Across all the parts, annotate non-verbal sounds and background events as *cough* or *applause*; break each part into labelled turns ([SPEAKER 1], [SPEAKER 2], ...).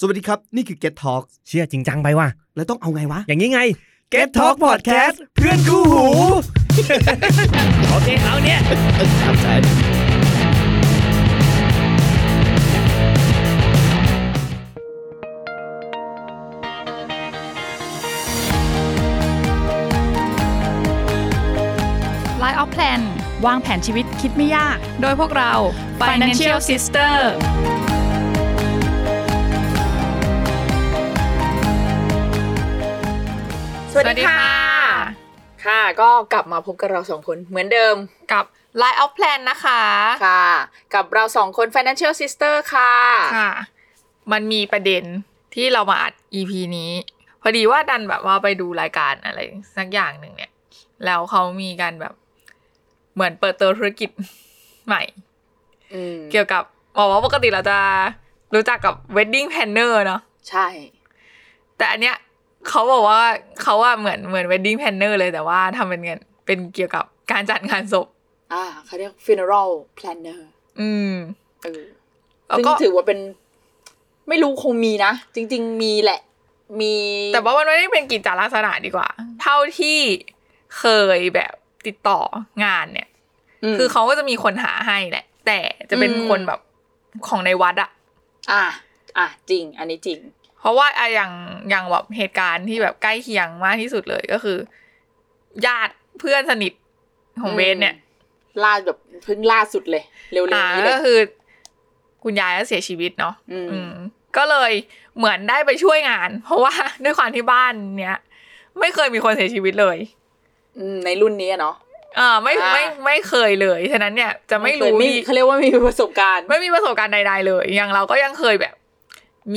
[SPEAKER 1] สวัสดีครับ นี่คือ Get Talk
[SPEAKER 2] เชื่อจริงจังไปว่ะ
[SPEAKER 1] แล้วต้องเอาไงวะ
[SPEAKER 2] อย่างนี้ไง
[SPEAKER 1] Get Talk Podcast เพื่อนคู่หู
[SPEAKER 2] โอเคเอาเนี่ย
[SPEAKER 3] Line of Plan วางแผนชีวิตคิดไม่ยาก โดยพวกเรา Financial Sister
[SPEAKER 4] สวัสดีค่ะ ค่ะ ก็กลับมาพบกับเราสองคนเหมือนเดิม
[SPEAKER 3] กับ
[SPEAKER 4] Line of Plan นะคะ ค่ะ กับเราสองคน Financial Sister ค่ะ
[SPEAKER 3] ค่ะ
[SPEAKER 4] มันมีประเด็นที่เรามาอัด EP นี้ พอดีว่าดันแบบว่าไปดูรายการอะไร สักอย่างหนึ่งเนี่ย แล้วเขามีการแบบเหมือนเปิดตัวธุรกิจ ใหม่
[SPEAKER 5] อืม
[SPEAKER 4] เกี่ยวกับบอกว่าปกติเราจะรู้จักกับ Wedding Planner เนาะ
[SPEAKER 5] ใช่
[SPEAKER 4] แต่อันเนี้ยเขาบอกว่าเขาว่าเหมือนเหมือน Wedding Planner เลยแต่ว่าทำเป็นเงินเป็นเกี่ยวกับการจัดงานศพ
[SPEAKER 5] อ่าเขาเรียก funeral planner
[SPEAKER 4] อืม
[SPEAKER 5] เออ
[SPEAKER 4] แล้ว
[SPEAKER 5] ซึ่ง
[SPEAKER 4] ก็
[SPEAKER 5] ถือว่าเป็น ไม่รู้คงมีนะ จริง ๆ มีแหละ มี
[SPEAKER 4] แต่ว่ามันไม่ได้เป็นกิจจลักษณะดีกว่า เท่าที่เคยแบบติดต่องานเนี่ย
[SPEAKER 5] ม
[SPEAKER 4] คือเขาก็จะมีคนหาให้แหละ แต่จะเป็น
[SPEAKER 5] อืม
[SPEAKER 4] คนแบบของในวัดอะ
[SPEAKER 5] อ่า อ่าจริง อันนี้จริง
[SPEAKER 4] เพราะว่าอะอย่างอย่างแบบเหตุการณ์ที่แบบใกล้เคียงมากที่สุดเลยก็คือ ญาติเพื่อนสนิทของ
[SPEAKER 5] อืม
[SPEAKER 4] เบสเนี่ย
[SPEAKER 5] ล่าแบบเพิ่งล่าสุดเลย เร็ว
[SPEAKER 4] อ่า
[SPEAKER 5] ๆนี้เล
[SPEAKER 4] ก็
[SPEAKER 5] ย
[SPEAKER 4] คือ คุณยายก็เสียชีวิตเนาะ
[SPEAKER 5] อืม
[SPEAKER 4] อืม ก็เลยเหมือนได้ไปช่วยงาน เพราะว่า ด้วยความที่บ้านเนี้ยไม่เคยมีคนเสียชีวิตเลย
[SPEAKER 5] อืมในรุ่นนี้อะเนาะ
[SPEAKER 4] อ่าไม่
[SPEAKER 5] อ่า
[SPEAKER 4] ไม่ไม่เคยเลยฉะนั้นเนี่ยจะไม่
[SPEAKER 5] เคย
[SPEAKER 4] รู้
[SPEAKER 5] ไม่
[SPEAKER 4] ดี
[SPEAKER 5] เขาเรียกว่าไม่มีประสบการณ์
[SPEAKER 4] ไม่มีประสบการณ์ใด ๆ เลยอย่างเราก็ยังเคยแบบ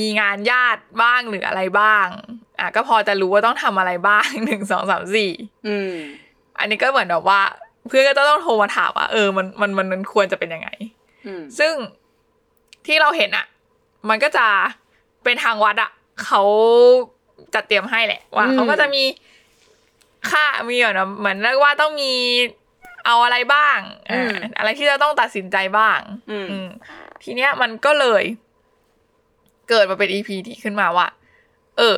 [SPEAKER 4] มีงานญาติบ้างหรืออะไรบ้าง อ่ะก็พอจะรู้ว่าต้องทำอะไรบ้าง *laughs* หนึ่งสองสามสี่
[SPEAKER 5] อืม
[SPEAKER 4] อันนี้ก็เหมือนแบบว่า เพื่อนก็จะต้องโทรมาถามว่าเออมันมันมันมันควรจะเป็นยังไง
[SPEAKER 5] อืม
[SPEAKER 4] ซึ่งที่เราเห็นอะมันก็จะเป็นทางวัดอะเขาจัดเตรียมให้แหละว่าเขาก็จะมีค่ามีเหมือนแบบเหมือนเรียกว่าต้องมีเอาอะไรบ้างอ่าอะไรที่จะต้องตัดสินใจบ้าง
[SPEAKER 5] อืม
[SPEAKER 4] อืมทีเนี้ยมันก็เลยเกิดมาเป็นอีพีที่ขึ้นมาว่า เออ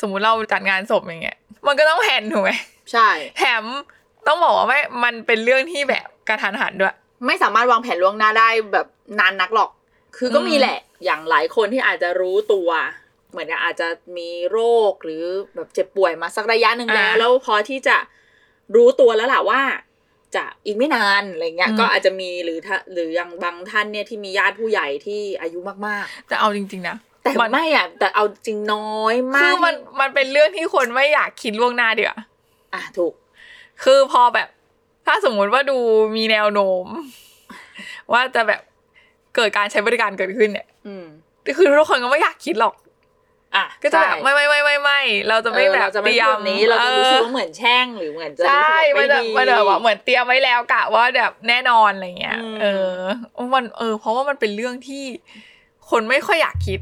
[SPEAKER 4] สมมุติเราจัดงานศพอย่างเงี้ย มันก็ต้องแผนถูกไหม
[SPEAKER 5] ใช่
[SPEAKER 4] แถมต้องบอกว่าไม่มันเป็นเรื่องที่แบบกระทันหันด้วย
[SPEAKER 5] ไม่สามารถวางแผนล่วงหน้าได้แบบนานนักหรอก คือก็
[SPEAKER 4] อืม
[SPEAKER 5] มีแหละ อย่างหลายคนที่อาจจะรู้ตัว เหมือนกับอาจจะมีโรคหรือแบบเจ็บป่วยมาสักระยะหนึ่งแล้ว แล้วพอที่จะรู้ตัวแล้วล่ะว่า จะอีกไม่นานอะไรเงี้ย ก็อาจจะมีหรือถ้าหรืออย่างบางท่านเนี่ยที่มีญาติผู้ใหญ่ที่อายุมาก
[SPEAKER 4] แต่เอาจริงๆนะ
[SPEAKER 5] ๆ แต่
[SPEAKER 4] มัน
[SPEAKER 5] ไม่อ่ะ แต่เอาจริงน้อยมาก
[SPEAKER 4] คือมัน
[SPEAKER 5] ที่
[SPEAKER 4] มันเป็นเรื่องที่คนไม่อยากคิดล่วงหน้าเดี๋ยวา
[SPEAKER 5] อ่ะถูก
[SPEAKER 4] คือพอแบบ ถ้าสมมุติว่าดูมีแนวโน้ม ว่าจะแบบเกิดการใช้บริการเกิดขึ้นเนี่ย
[SPEAKER 5] อืม
[SPEAKER 4] คือทุกคนก็ไม่อยากคิดหรอก
[SPEAKER 5] อ่ะ
[SPEAKER 4] ก็จะแบบ
[SPEAKER 5] ใช่
[SPEAKER 4] ไม่ไม่ไม่ไม่ไม่เราจะไม่
[SPEAKER 5] เออ
[SPEAKER 4] แบบ
[SPEAKER 5] เราจะ
[SPEAKER 4] เต
[SPEAKER 5] ไม่
[SPEAKER 4] รียม
[SPEAKER 5] พูดแบบนี้เราจะรู้สึกว่าเหมือนแช่งหรือเหมือนจะ
[SPEAKER 4] ใช่
[SPEAKER 5] รู้
[SPEAKER 4] มันจะ
[SPEAKER 5] สึกแบบไม่ดี
[SPEAKER 4] มันจะแบบว่าเหมือนเตรียมไว้แล้วกะว่าแบบแน่นอนอะไรเงี้ย
[SPEAKER 5] อืม
[SPEAKER 4] เออมันเออ เพราะว่ามันเป็นเรื่องที่คนไม่ค่อยอยากคิด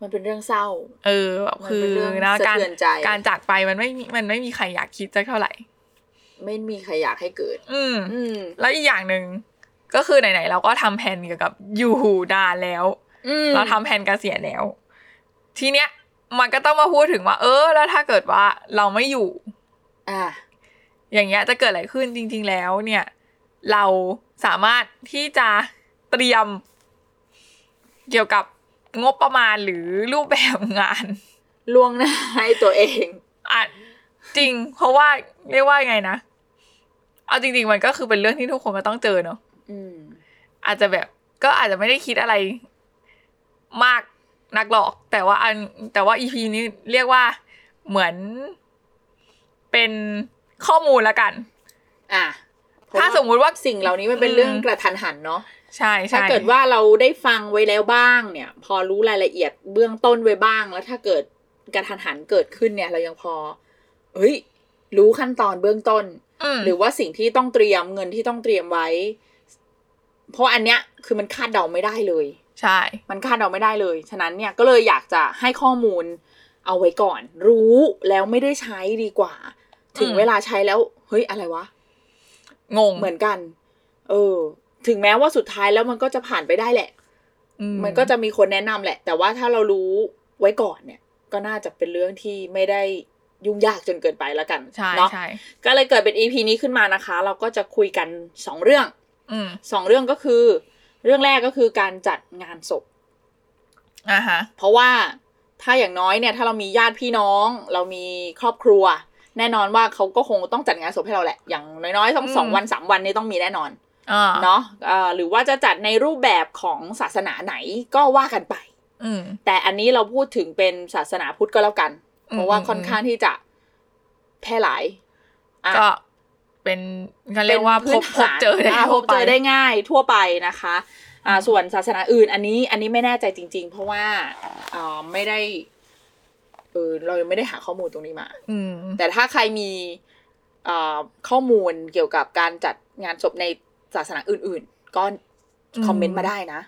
[SPEAKER 5] มันเป็นเรื่องเศร้า
[SPEAKER 4] เออแบบ
[SPEAKER 5] มัน
[SPEAKER 4] คือ
[SPEAKER 5] เป็นเรื่อง
[SPEAKER 4] นะ
[SPEAKER 5] สะ
[SPEAKER 4] การ
[SPEAKER 5] เทือนใจ
[SPEAKER 4] การจากไปมันไม่มีมันไม่มีใครอยากคิดสักเท่าไหร่
[SPEAKER 5] ไม่มีใครอยากให้เกิด
[SPEAKER 4] อืม
[SPEAKER 5] อืม
[SPEAKER 4] แล้วอีกอย่างหนึ่งก็คือไหนๆเราก็ทำแผนเกี่ยวกับอยู่ดานแล้ว
[SPEAKER 5] อืม
[SPEAKER 4] เราทำแผนเกษียณแล้ว ทีเนี้ยมันก็ต้องมาพูดถึงว่า เออ แล้วถ้าเกิดว่าเราไม่อยู่
[SPEAKER 5] อ่า
[SPEAKER 4] อย่างเงี้ยจะเกิดอะไรขึ้นจริง ๆ แล้วเนี่ย เราสามารถที่จะเตรียม เกี่ยวกับงบประมาณหรือรูปแบบงาน
[SPEAKER 5] ล่วงหน้าให้ตัวเอง
[SPEAKER 4] อ่ะจริง เพราะว่าเรียกว่าไงนะเอาจริง ๆ มันก็คือเป็นเรื่องที่ทุกคนก็ต้องเจอเนาะ
[SPEAKER 5] อืม
[SPEAKER 4] อาจจะแบบก็อาจจะไม่ได้คิดอะไรมากนักหรอก แต่ว่าอันแต่ว่าอีพีนี้เรียกว่าเหมือนเป็นข้อมูลละกัน
[SPEAKER 5] อ่ะเพระ
[SPEAKER 4] ถ้าสมมุติว่า
[SPEAKER 5] สิ่งเหล่านี้มันเป็นเรื่องกระทันหันเนาะ
[SPEAKER 4] ใช่ใช่
[SPEAKER 5] ถ้าเกิดว่าเราได้ฟังไว้แล้วบ้างเนี่ย พอรู้รายละเอียดเบื้องต้นไว้บ้าง แล้วถ้าเกิดกระทันหันเกิดขึ้นเนี่ย เรายังพอ เฮ้ย รู้ขั้นตอนเบื้องต้น
[SPEAKER 4] อืม
[SPEAKER 5] หรือว่าสิ่งที่ต้องเตรียมเงินที่ต้องเตรียมไว้ เพราะอันเนี้ยคือมันคาดเดาไม่ได้เลย
[SPEAKER 4] ใช่
[SPEAKER 5] มันคาดเดาไม่ได้เลย ฉะนั้นเนี่ยก็เลยอยากจะให้ข้อมูลเอาไว้ก่อน รู้แล้วไม่ได้ใช้ดีกว่า ถึงเวลาใช้แล้ว เฮ้ย อะไรวะ
[SPEAKER 4] งง
[SPEAKER 5] เหมือนกัน เออ ถึงแม้ว่าสุดท้ายแล้วมันก็จะผ่านไปได้แหละ
[SPEAKER 4] อื
[SPEAKER 5] มันก็จะมีคนแนะนำแหละ แต่ว่าถ้าเรารู้ไว้ก่อนเนี่ย ก็น่าจะเป็นเรื่องที่ไม่ได้ยุ่งยากจนเกินไปละกัน
[SPEAKER 4] ใช่
[SPEAKER 5] เนาะ
[SPEAKER 4] ใช่
[SPEAKER 5] ก็เลยเกิดเป็น EP นี้ขึ้นมานะคะ เราก็จะคุยกันสองเรื่อง
[SPEAKER 4] อืม
[SPEAKER 5] สองเรื่องก็คือ เรื่องแรกก็คือการจัดงานศพ
[SPEAKER 4] อ่าฮะ
[SPEAKER 5] เพราะว่าถ้าอย่างน้อยเนี่ยถ้าเรามีญาติพี่น้อง เรามีครอบครัว แน่นอนว่าเขาก็คงต้องจัดงานศพให้เราแหละ อย่างน้อยๆต้องสอง
[SPEAKER 4] อืม
[SPEAKER 5] วันสามวันนี่ต้องมีแน่นอน
[SPEAKER 4] อ่า
[SPEAKER 5] เนาะเอ่อหรือว่าจะจัดในรูปแบบของศาสนาไหนก็ว่ากันไป
[SPEAKER 4] อืม
[SPEAKER 5] แต่อันนี้เราพูดถึงเป็นศาสนาพุทธก็แล้วกัน
[SPEAKER 4] อืม
[SPEAKER 5] เพราะว่าค่อนข้างที่จะแพร่หลายอ่ะ
[SPEAKER 4] ก็เป็นก็เรียกว่าพ
[SPEAKER 5] ป็
[SPEAKER 4] บ
[SPEAKER 5] น
[SPEAKER 4] พบเจอได้
[SPEAKER 5] ะพ
[SPEAKER 4] ทั่ว
[SPEAKER 5] บ
[SPEAKER 4] ไป
[SPEAKER 5] เจอได้ง่ายทั่วไปนะคะอ่าส่วนศาสนาอื่น อันนี้อันนี้ไม่แน่ใจจริง ๆ เพราะว่าเอ่อไม่ได้เออเรายังไม่ได้หาข้อมูลตรงนี้มา
[SPEAKER 4] อืม
[SPEAKER 5] แต่ถ้าใครมีเอ่อข้อมูลเกี่ยวกับการจัดงานศพในศาสนาอื่น ๆ ก็
[SPEAKER 4] อืม
[SPEAKER 5] คอมเมนต์มาได้นะ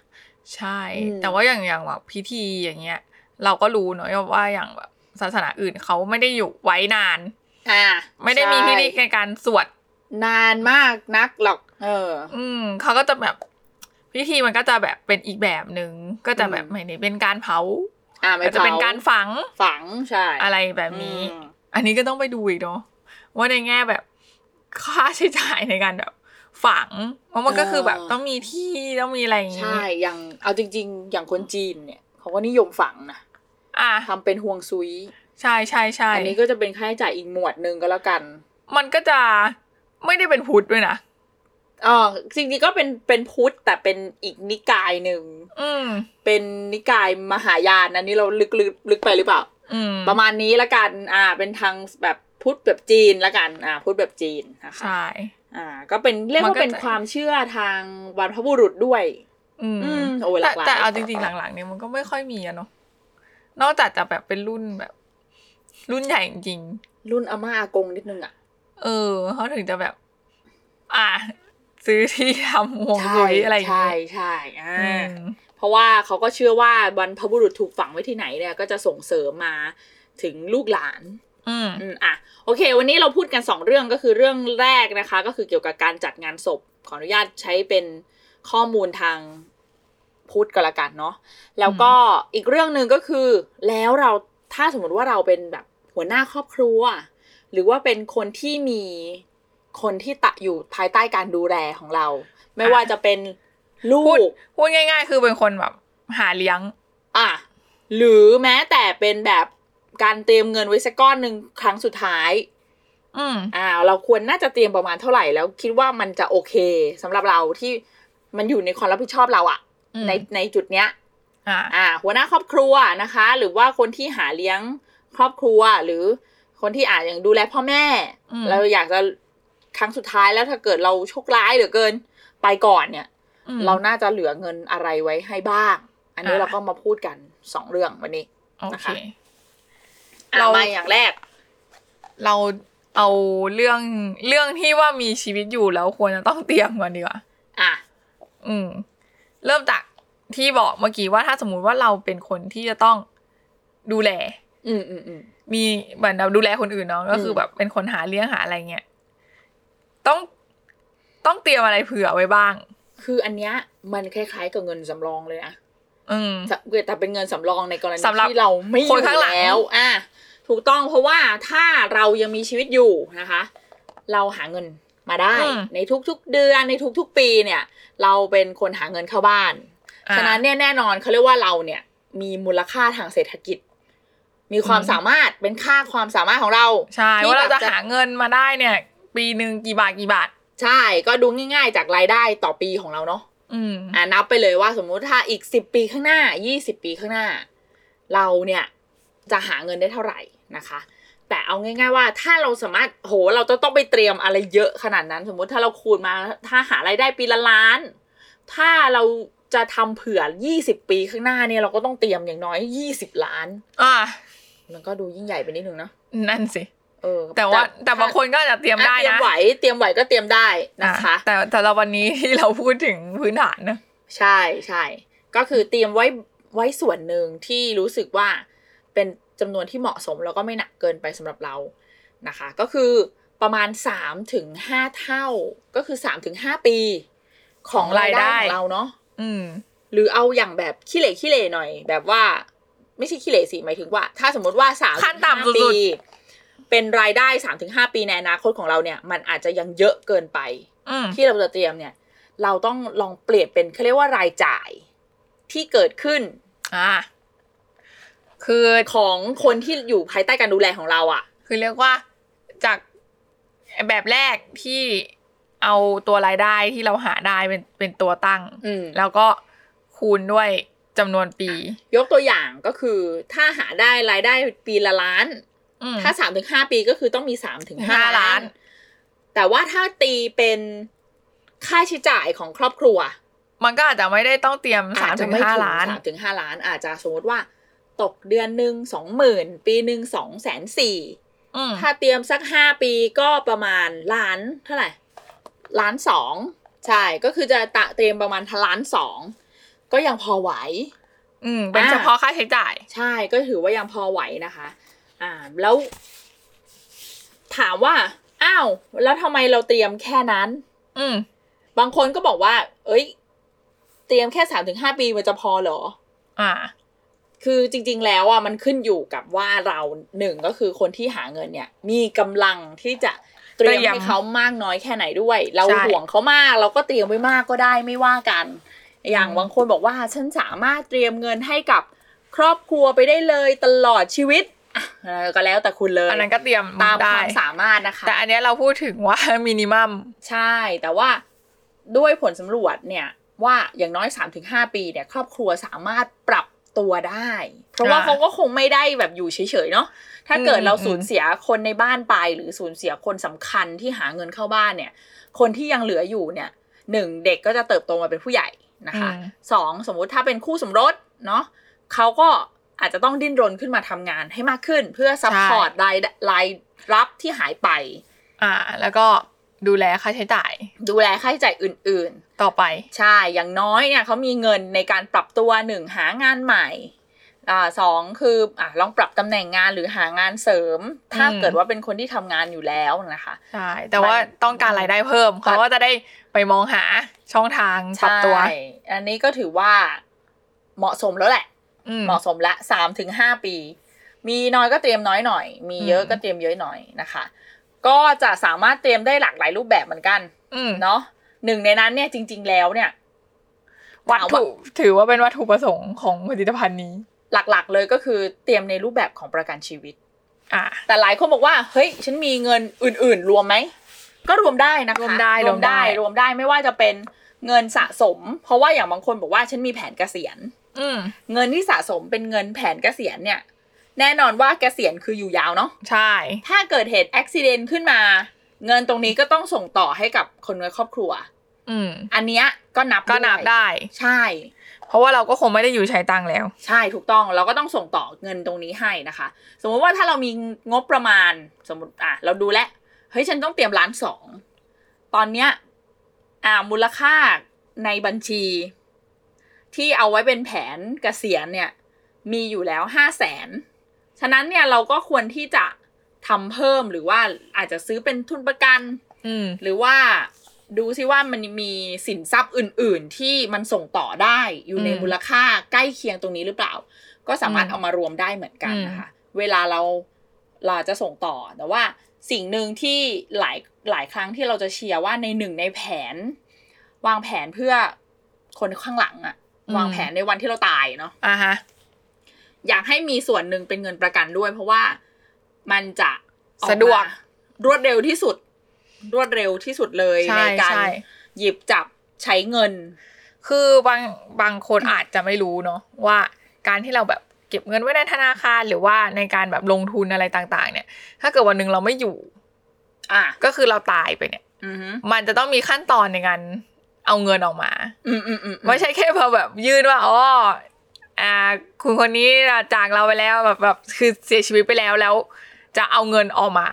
[SPEAKER 4] ใช่
[SPEAKER 5] อืม
[SPEAKER 4] แต่ว่าอย่างอย่างแบบพิธีอย่างเงี้ย เราก็รู้เนาะว่าอย่างแบบศาสนาอื่นเขาไม่ได้อยู่ไว้นาน
[SPEAKER 5] อ่า
[SPEAKER 4] ไม่ได้มีพิธี
[SPEAKER 5] ใช่
[SPEAKER 4] ในการสวด
[SPEAKER 5] นานมากนักหรอก เออ
[SPEAKER 4] อืมเขาก็จะแบบพิธีมันก็จะแบบเป็นอีกแบบหนึ่งก็จะแบบ
[SPEAKER 5] อืม
[SPEAKER 4] ไม่ได้เป็นการเผา
[SPEAKER 5] อ่าไม่
[SPEAKER 4] ก็จะเป็น
[SPEAKER 5] ผ
[SPEAKER 4] การฝัง
[SPEAKER 5] ฝังใช่
[SPEAKER 4] อะไรแบบนี้
[SPEAKER 5] อืม
[SPEAKER 4] อันนี้ก็ต้องไปดูอีกเนาะว่าในแง่แบบค่าใช้จ่ายในการแบบฝังเพราะมันก็คือแบบต้องมีที่ต้องมีอะไรอย่างงี้
[SPEAKER 5] ใช่อย่างเอาจริง ๆ อย่างคนจีนเนี่ยเขาก็นิยมฝังนะ
[SPEAKER 4] อ่ะ
[SPEAKER 5] ทำเป็นห่วงซุย
[SPEAKER 4] ใช่ใช่ใช่
[SPEAKER 5] อันนี้ก็จะเป็นค่าใช้จ่ายอีกหมวดหนึ่งก็แล้วกัน
[SPEAKER 4] มันก็จะไม่ได้เป็นพุทธด้วยนะ
[SPEAKER 5] อ๋อจริงๆก็เป็นเป็นพุทธแต่เป็นอีกนิกายหนึ่ง
[SPEAKER 4] อืม
[SPEAKER 5] เป็นนิกายมหายานอันนี้เราลึกลึกลึกไปหรือเปล่า
[SPEAKER 4] อืม
[SPEAKER 5] ประมาณนี้ละกัน อ่า เป็นทางแบบพุทธแบบจีนละกัน อ่า พุทธแบบจีนนะคะ
[SPEAKER 4] ใช่
[SPEAKER 5] อ่า ก็เป็นเรียก
[SPEAKER 4] มัน
[SPEAKER 5] ว่า
[SPEAKER 4] ก็
[SPEAKER 5] เป็น
[SPEAKER 4] จะ
[SPEAKER 5] ความเชื่อทางบรรพบุรุษด้วย
[SPEAKER 4] อืม
[SPEAKER 5] อืมโอ้ยห
[SPEAKER 4] แต่
[SPEAKER 5] ลากหลาย
[SPEAKER 4] แต่เอาจริงๆหลังๆเนี่ยมันก็ไม่ค่อยมีอะเนาะนอกจากจะแบบเป็นรุ่นแบบ รุ่นใหญ่จริง
[SPEAKER 5] รุ่นอาม่าอากงนิดนึงอ่ะ
[SPEAKER 4] ๆเออเขาถึงจะแบบ อ่ะซื้อที่ทำห่วงจุ้ยอะไรอย่าง
[SPEAKER 5] ใช่
[SPEAKER 4] เงี้ย
[SPEAKER 5] ใช่อ่า
[SPEAKER 4] อืม
[SPEAKER 5] เพราะว่าเขาก็เชื่อว่าบรรพบุรุษถูกฝังไว้ที่ไหนเนี่ย ก็จะส่งเสริมมาถึงลูกหลาน
[SPEAKER 4] อืม
[SPEAKER 5] อืมอ่ะโอเค วันนี้เราพูดกัน 2 เรื่องก็คือเรื่องแรกนะคะ ก็คือเกี่ยวกับการจัดงานศพ ขออนุญาตใช้เป็นข้อมูลทางพุทธก็แล้วกันเนาะแล้วก็อีกเรื่องหนึ่งก็คือ แล้วเราถ้าสมมติว่าเราเป็นแบบหัวหน้าครอบครัว หรือว่าเป็นคนที่มีคนที่ตะอยู่ภายใต้การดูแลของเรา ไม่
[SPEAKER 4] อ่ะ
[SPEAKER 5] ว่าจะเป็นลู
[SPEAKER 4] พูด
[SPEAKER 5] ก
[SPEAKER 4] พูดง่าย ๆ คือเป็นคนแบบ หาเลี้ยง
[SPEAKER 5] อ่ะหรือแม้แต่เป็นแบบการเตรียมเงินไว้สักก้อนหนึ่งครั้งสุดท้าย
[SPEAKER 4] อืม
[SPEAKER 5] อ่าเราควรน่าจะเตรียมประมาณเท่าไหร่แล้วคิดว่ามันจะโอเคสำหรับเราที่มันอยู่ในความรับผิดชอบเราอะ
[SPEAKER 4] อืม
[SPEAKER 5] ในในจุดเนี้ย
[SPEAKER 4] อ่า
[SPEAKER 5] อ่า หัวหน้าครอบครัวนะคะ หรือว่าคนที่หาเลี้ยงครอบครัว หรือคนที่อาจอย่างดูแลพ่อแม่
[SPEAKER 4] อืม
[SPEAKER 5] เราอยากจะครั้งสุดท้ายแล้วถ้าเกิดเราโชคร้ายเหลือเกิน ไปก่อนเนี่ย
[SPEAKER 4] อืม
[SPEAKER 5] เราน่าจะเหลือเงินอะไรไว้ให้บ้าง อันนี้
[SPEAKER 4] อ่า
[SPEAKER 5] เราก็มาพูดกันสองเรื่องวันนี้
[SPEAKER 4] โอเค
[SPEAKER 5] นะคะ
[SPEAKER 4] เรา
[SPEAKER 5] เรามาอย่างแรก
[SPEAKER 4] เราเอาเรื่องเรื่องที่ว่ามีชีวิตอยู่แล้วควรจะต้องเตรียมก่อนดีกว่า
[SPEAKER 5] อ่ะ
[SPEAKER 4] อืม เริ่มจากที่บอกเมื่อกี้ว่าถ้าสมมุติว่าเราเป็นคนที่จะต้องดูแล
[SPEAKER 5] อืมอืมอืม
[SPEAKER 4] มีเหมือนเราดูแลคนอื่นเนาะก็คืออ
[SPEAKER 5] ม
[SPEAKER 4] แบบเป็นคนหาเลี้ยงหาอะไรเงี้ยต้องต้องเตรียมอะไรเผื่อไว้บ้าง
[SPEAKER 5] คืออันเนี้ยมันคล้ายๆกับเงินสำรองเลยนะ
[SPEAKER 4] อืม
[SPEAKER 5] แต่เป็นเงินสำรองในกรณี
[SPEAKER 4] สำหรับ
[SPEAKER 5] ที่เราไม่อ
[SPEAKER 4] คน
[SPEAKER 5] ยู่
[SPEAKER 4] ข้างหลัง
[SPEAKER 5] แล้วอ่ะถูกต้องเพราะว่าถ้าเรายังมีชีวิตอยู่นะคะ เราหาเงินมาได้ ในทุกๆเดือนในทุกๆปีเนี่ย เราเป็นคนหาเงินเข้าบ้าน ฉะนั้นเนี่ยแน่นอนเขาเรียกว่าเราเนี่ย มีมูลค่าทางเศรษฐกิจ มีความ
[SPEAKER 4] อืม
[SPEAKER 5] สามารถเป็นค่าความสามารถของเรา
[SPEAKER 4] ใช่
[SPEAKER 5] ที่
[SPEAKER 4] ว่าเรา
[SPEAKER 5] แบบ
[SPEAKER 4] จะหาเงินมาได้เนี่ย ปีหนึ่งกี่บาทกี่บาท
[SPEAKER 5] ใช่ก็ดูง่าย ๆ จากรายได้ต่อปีของเราเนาะ
[SPEAKER 4] อืม
[SPEAKER 5] อ่านับไปเลยว่าสมมุติถ้าอีกสิบปีข้างหน้ายี่สิบปีข้างหน้า เราเนี่ยจะหาเงินได้เท่าไหร่นะคะ แต่เอาง่าย ๆ ว่าถ้าเราสามารถโหเราจะต้องไปเตรียมอะไรเยอะขนาดนั้น สมมุติถ้าเราคูณมาถ้าหารายได้ปีละล้าน ถ้าเราจะทำเผื่อยี่สิบปีข้างหน้าเนี่ยเราก็ต้องเตรียมอย่างน้อยยี่สิบล้าน
[SPEAKER 4] อ่า
[SPEAKER 5] มันก็ดูยิ่งใหญ่ไปนิดนึงเนอะ
[SPEAKER 4] นั่นสิ
[SPEAKER 5] เออ
[SPEAKER 4] แต่ว่าแต่บางคนก็อาจจะเตรียมได้
[SPEAKER 5] อ่ะเตรียม
[SPEAKER 4] นะ
[SPEAKER 5] ไหวเตรียมไหวก็เตรียมได้นะคะ
[SPEAKER 4] อ่แต่แต่เราวันนี้ที่เราพูดถึงพื้นฐานนะ
[SPEAKER 5] ใช่ใช่ก็คือเตรียมไว้ไว้ส่วนหนึ่งที่รู้สึกว่าเป็นจำนวนที่เหมาะสมแล้วก็ไม่หนักเกินไปสำหรับเรานะคะ ก็คือประมาณ3ถึง5เท่าก็คือ3ถึง5ปี ของรายได้
[SPEAKER 4] รายได้
[SPEAKER 5] ของเราเนาะ
[SPEAKER 4] อืม
[SPEAKER 5] หรือเอาอย่างแบบขี้เหร่ขี้เหร่หน่อย แบบว่าไม่ใช่ขี้เหร่สิหมายถึงว่า ถ้าสมมติว่าสาม
[SPEAKER 4] ขั้นต่ำสุดๆ
[SPEAKER 5] ปี เป็นรายได้สามถึงห้าปีในอนาคตของเราเนี่ย มันอาจจะยังเยอะเกินไป
[SPEAKER 4] อืม
[SPEAKER 5] ที่เราจะเตรียมเนี่ย เราต้องลองเปลี่ยนเป็นเขาเรียกว่ารายจ่ายที่เกิดขึ้น
[SPEAKER 4] อ่าคือ
[SPEAKER 5] ของคนที่อยู่ภายใต้การดูแลของเราอะ่ะ
[SPEAKER 4] คือเรียกว่าจากแบบแรกที่เอาตัวรายได้ที่เราหาได้เป็นเป็นตัวตั้ง
[SPEAKER 5] อืม
[SPEAKER 4] แล้วก็คูณด้วยจำนวนปี
[SPEAKER 5] ยกตัวอย่างก็คือถ้าหาได้รายได้ปีละล้าน
[SPEAKER 4] อืม
[SPEAKER 5] ถ้าสามถึงห้าปีก็คือต้องมีสามถึงห้า
[SPEAKER 4] ห้าล้าน
[SPEAKER 5] ล้าน แต่ว่าถ้าตีเป็นค่าใช้จ่ายของครอบครัว
[SPEAKER 4] มันก็อาจจะไม่ได้ต้องเตรียมสามถึงห้าล้าน
[SPEAKER 5] สามถึงห้าล้าน อาจจะสมมติว่า ตกเดือนหนึ่งสองหมื่นปีหนึ่งสองแสนสี่
[SPEAKER 4] อืม
[SPEAKER 5] ถ้าเตรียมสักห้าปีก็ประมาณล้านเท่าไหร่ล้านสองใช่ก็คือจะตะเตรียมประมาณล้านสองก็ยังพอไหว
[SPEAKER 4] อืมเป็นเฉพาะค่าใช้จ่าย
[SPEAKER 5] ใช่ก็ถือว่ายังพอไหวนะคะ อ่า แล้ว ถามว่า อ้าว แล้วทำไมเราเตรียมแค่นั้น
[SPEAKER 4] อืม
[SPEAKER 5] บางคนก็บอกว่า เอ้ย เตรียมแค่สามถึงห้าปีมันจะพอเหรอ
[SPEAKER 4] อ่า
[SPEAKER 5] คือจริง ๆ แล้วอ่ะมันขึ้นอยู่กับว่าเราหนึ่งก็คือคนที่หาเงินเนี่ย มีกำลังที่จะเตรียม
[SPEAKER 4] เตรียม
[SPEAKER 5] ให้เขามากน้อยแค่ไหนด้วย เรา
[SPEAKER 4] ใช่
[SPEAKER 5] ห่วงเขามาก เราก็เตรียมไว้มากก็ได้ไม่ว่ากัน อย่างบางคนบอกว่าฉันสามารถเตรียมเงินให้กับครอบครัวไปได้เลยตลอดชีวิตอ่ะก็แล้วแต่คุณเลย
[SPEAKER 4] อันนั้นก็เตรียม
[SPEAKER 5] ตามค
[SPEAKER 4] ได้
[SPEAKER 5] วามสามารถนะคะ
[SPEAKER 4] แต่อันเนี้ยเราพูดถึงว่า *laughs* มินิมัม
[SPEAKER 5] ใช่ แต่ว่าด้วยผลสำรวจเนี่ยว่าอย่างน้อย 3-5 ปีเนี่ยครอบครัวสามารถปรับตัวได้ เพราะว่า
[SPEAKER 4] อ่า
[SPEAKER 5] เขาก็คงไม่ได้แบบอยู่เฉยๆเนาะถ้าเกิด
[SPEAKER 4] อืม
[SPEAKER 5] เราสูญเสียคนในบ้านไป หรือสูญเสียคนสำคัญที่หาเงินเข้าบ้านเนี่ย คนที่ยังเหลืออยู่เนี่ยหนึ่งเด็กก็จะเติบโตมาเป็นผู้ใหญ่นะคะสองสมมุติถ้าเป็นคู่สมรสเนาะเขาก็อาจจะต้องดิ้นรนขึ้นมาทำงานให้มากขึ้น เพื่อซัพพอร์ตรายรายรับที่หายไป
[SPEAKER 4] อ่า แล้วก็ดูแลค่าใช้จ่าย
[SPEAKER 5] ดูแลค่าใช้จ่ายอื่น ๆ
[SPEAKER 4] ต่อไป
[SPEAKER 5] ใช่ อย่างน้อยเนี่ยเขามีเงินในการปรับตัวหนึ่งหางานใหม่อ่าสองคืออ่ะลองปรับตำแหน่งงานหรือหางานเสริม ถ้า
[SPEAKER 4] อืม
[SPEAKER 5] เกิดว่าเป็นคนที่ทำงานอยู่แล้วนะคะ
[SPEAKER 4] ใช่ แต่ว่าต้องการรายได้เพิ่ม เขาก็จะได้ไปมองหาช่องทางปรับตัว
[SPEAKER 5] ใช่ อันนี้ก็ถือว่าเหมาะสมแล้วแหละ
[SPEAKER 4] อืม
[SPEAKER 5] เหมาะสมละสามถึงห้าปี มีน้อยก็เตรียมน้อยหน่อย มีเยอะ
[SPEAKER 4] อืม
[SPEAKER 5] ก็เตรียมเยอะหน่อยนะคะ ก็จะสามารถเตรียมได้หลากหลายรูปแบบเหมือนกัน
[SPEAKER 4] อืม
[SPEAKER 5] เนาะหนึ่งในนั้นเนี่ยจริง ๆ แล้วเนี่ย
[SPEAKER 4] วัตถุถือว่าเป็นวัตถุประสงค์ของผลิตภัณฑ์นี้
[SPEAKER 5] หลักๆ เลยก็คือเตรียมในรูปแบบของประกันชีวิต
[SPEAKER 4] อ่า
[SPEAKER 5] แต่หลายคนบอกว่า เฮ้ย ฉันมีเงินอื่น ๆ รวมไหม ก็รวมได้นะคะ
[SPEAKER 4] รวมได้
[SPEAKER 5] รวม
[SPEAKER 4] รว
[SPEAKER 5] ได้
[SPEAKER 4] มได้
[SPEAKER 5] รวมได้ไม่ว่าจะเป็นเงินสะสม เพราะว่าอย่างบางคนบอกว่าฉันมีแผนเกษียณ
[SPEAKER 4] อืม
[SPEAKER 5] เงินที่สะสมเป็นเงินแผนเกษียณเนี่ย แน่นอนว่าเกษียณคืออยู่ยาวเนาะ
[SPEAKER 4] ใช่
[SPEAKER 5] ถ้าเกิดเหตุอุบิเหตุขึ้นมา เงินตรงนี้ก็ต้องส่งต่อให้กับคนในครอบครัว
[SPEAKER 4] อืม
[SPEAKER 5] อันเนี้ยก็นับ
[SPEAKER 4] ก็นับ
[SPEAKER 5] วย
[SPEAKER 4] ได้
[SPEAKER 5] ใช่
[SPEAKER 4] เพราะว่าเราก็คงไม่ได้อยู่ใช้ตังค์แล้ว
[SPEAKER 5] ใช่ถูกต้องเราก็ต้องส่งต่อเงินตรงนี้ให้นะคะ สมมติว่าถ้าเรามีงบประมาณสมมติอ่ะเราดูแลวเฮ้ยฉันต้องเตรียมล้านสองตอนเนี้ยอ่ามูลค่าในบัญชี ที่เอาไว้เป็นแผนเกษียณเนี่ย มีอยู่แล้วห้าแสนฉะนั้นเนี่ยเราก็ควรที่จะทำเพิ่มหรือว่าอาจจะซื้อเป็นทุนประกัน
[SPEAKER 4] อืม
[SPEAKER 5] หรือว่าดูซิว่ามันมีสินทรัพย์อื่น ๆ ที่มันส่งต่อได้อยู่ใน
[SPEAKER 4] อืม
[SPEAKER 5] มูลค่าใกล้เคียงตรงนี้หรือเปล่า ก็สามารถ
[SPEAKER 4] อืม
[SPEAKER 5] เอามารวมได้เหมือนกัน
[SPEAKER 4] อืม
[SPEAKER 5] นะคะ เวลาเราเราจะส่งต่อแต่ว่าสิ่งหนึ่งที่หลายหลายครั้งที่เราจะเชียร์ว่าในหนึ่งในแผน วางแผนเพื่อคนข้างหลังอะวางแผนในวันที่เราตายเนาะ
[SPEAKER 4] อ่าฮะ
[SPEAKER 5] อยากให้มีส่วนหนึ่งเป็นเงินประกันด้วย เพราะว่ามันจะออมา
[SPEAKER 4] สะดวก
[SPEAKER 5] รวดเร็วที่สุด รวดเร็วที่สุดเลย
[SPEAKER 4] ใช่
[SPEAKER 5] ในการ
[SPEAKER 4] ใช่
[SPEAKER 5] หยิบจับใช้เงิน
[SPEAKER 4] คือบางบางคนอาจจะไม่รู้เนาะว่าการที่เราแบบเก็บเงินไว้ในธนาคารหรือว่าในการแบบลงทุนอะไรต่างๆ เนี่ย ถ้าเกิดวันหนึ่งเราไม่อยู่
[SPEAKER 5] อ่ะ
[SPEAKER 4] ก็คือเราตายไปเนี่ย
[SPEAKER 5] อืม
[SPEAKER 4] มันจะต้องมีขั้นตอนในการเอาเงินออกมา
[SPEAKER 5] อืมอืมอืม
[SPEAKER 4] ไม่ใช่แค่พอแบบยื่นว่าอ๋ออ่าคุณคนนี้จากเราไปแล้วแบบแบบคือเสียชีวิตไปแล้วแล้ว จะเอาเงินออกมา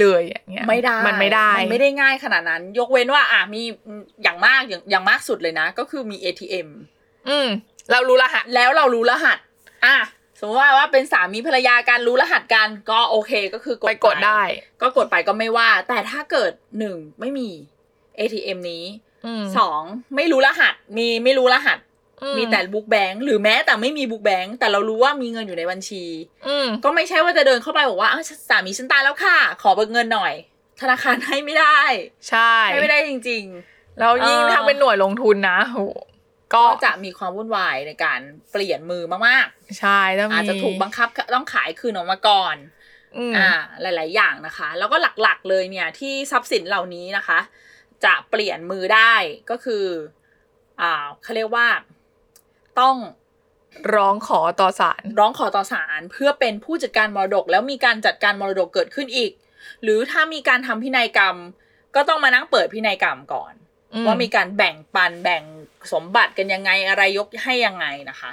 [SPEAKER 4] เลยอย่างเงี้ย
[SPEAKER 5] ไม่ได้
[SPEAKER 4] มันไม่ได้
[SPEAKER 5] มันไม่ได้ง่ายขนาดนั้น ยกเว้นว่า อ่ะมีอย่างมากอย่างอย่างมากสุดเลยนะ ก็คือมี ATM
[SPEAKER 4] อืมเรารู้รหัส
[SPEAKER 5] แล้วเรารู้รหัส อ่ะสมมติว่าว่าเป็นสามีภรรยากันรู้รหัสกันก็โอเคก็คือกด
[SPEAKER 4] ไปกดได้
[SPEAKER 5] ก็กดไปก็ไม่ว่า แต่ถ้าเกิดหนึ่งไม่มี ATM นี้
[SPEAKER 4] อืม
[SPEAKER 5] สองไม่รู้รหัสมีไม่รู้รหัส
[SPEAKER 4] อืม
[SPEAKER 5] มีแต่บุ๊กแบงค์หรือแม้แต่ไม่มีบุ๊กแบงค์แต่เรารู้ว่ามีเงินอยู่ในบัญชี
[SPEAKER 4] อืม
[SPEAKER 5] ก็ไม่ใช่ว่าจะเดินเข้าไปบอกว่าอ้าวสามีฉันตายแล้วค่ะ ขอเบิกเงินหน่อย ธนาคารให้ไม่ได้
[SPEAKER 4] ใช่
[SPEAKER 5] ให้ไม่ได้จริง
[SPEAKER 4] แล้วยิ่ง
[SPEAKER 5] เออ
[SPEAKER 4] ถ้าเป็นหน่วยลงทุนนะโห
[SPEAKER 5] ๆ
[SPEAKER 4] ก็
[SPEAKER 5] ก็จะมีความวุ่นวายในการเปลี่ยนมือมาก
[SPEAKER 4] ใช่ต้อง
[SPEAKER 5] ๆ
[SPEAKER 4] มี
[SPEAKER 5] อาจจะถูกบังคับต้องขายคืนออกมาก่อน
[SPEAKER 4] อืม
[SPEAKER 5] อ่าหลาย ๆ อย่างนะคะ แล้วก็หลัก ๆ เลยเนี่ยที่ทรัพย์สินเหล่านี้นะคะ จะเปลี่ยนมือได้ก็คืออ่าเขาเรียกว่าต้อง
[SPEAKER 4] ร้องขอต่อศาล
[SPEAKER 5] ร้องขอต่อศาลเพื่อเป็นผู้จัดการมรดก แล้วมีการจัดการมรดกเกิดขึ้นอีก หรือถ้ามีการทำพินัยกรรม ก็ต้องมานั่งเปิดพินัยกรรมก่อน
[SPEAKER 4] อื
[SPEAKER 5] ว่ามีการแบ่งปันแบ่งสมบัติกันยังไงอะไรยกให้ยังไงนะคะ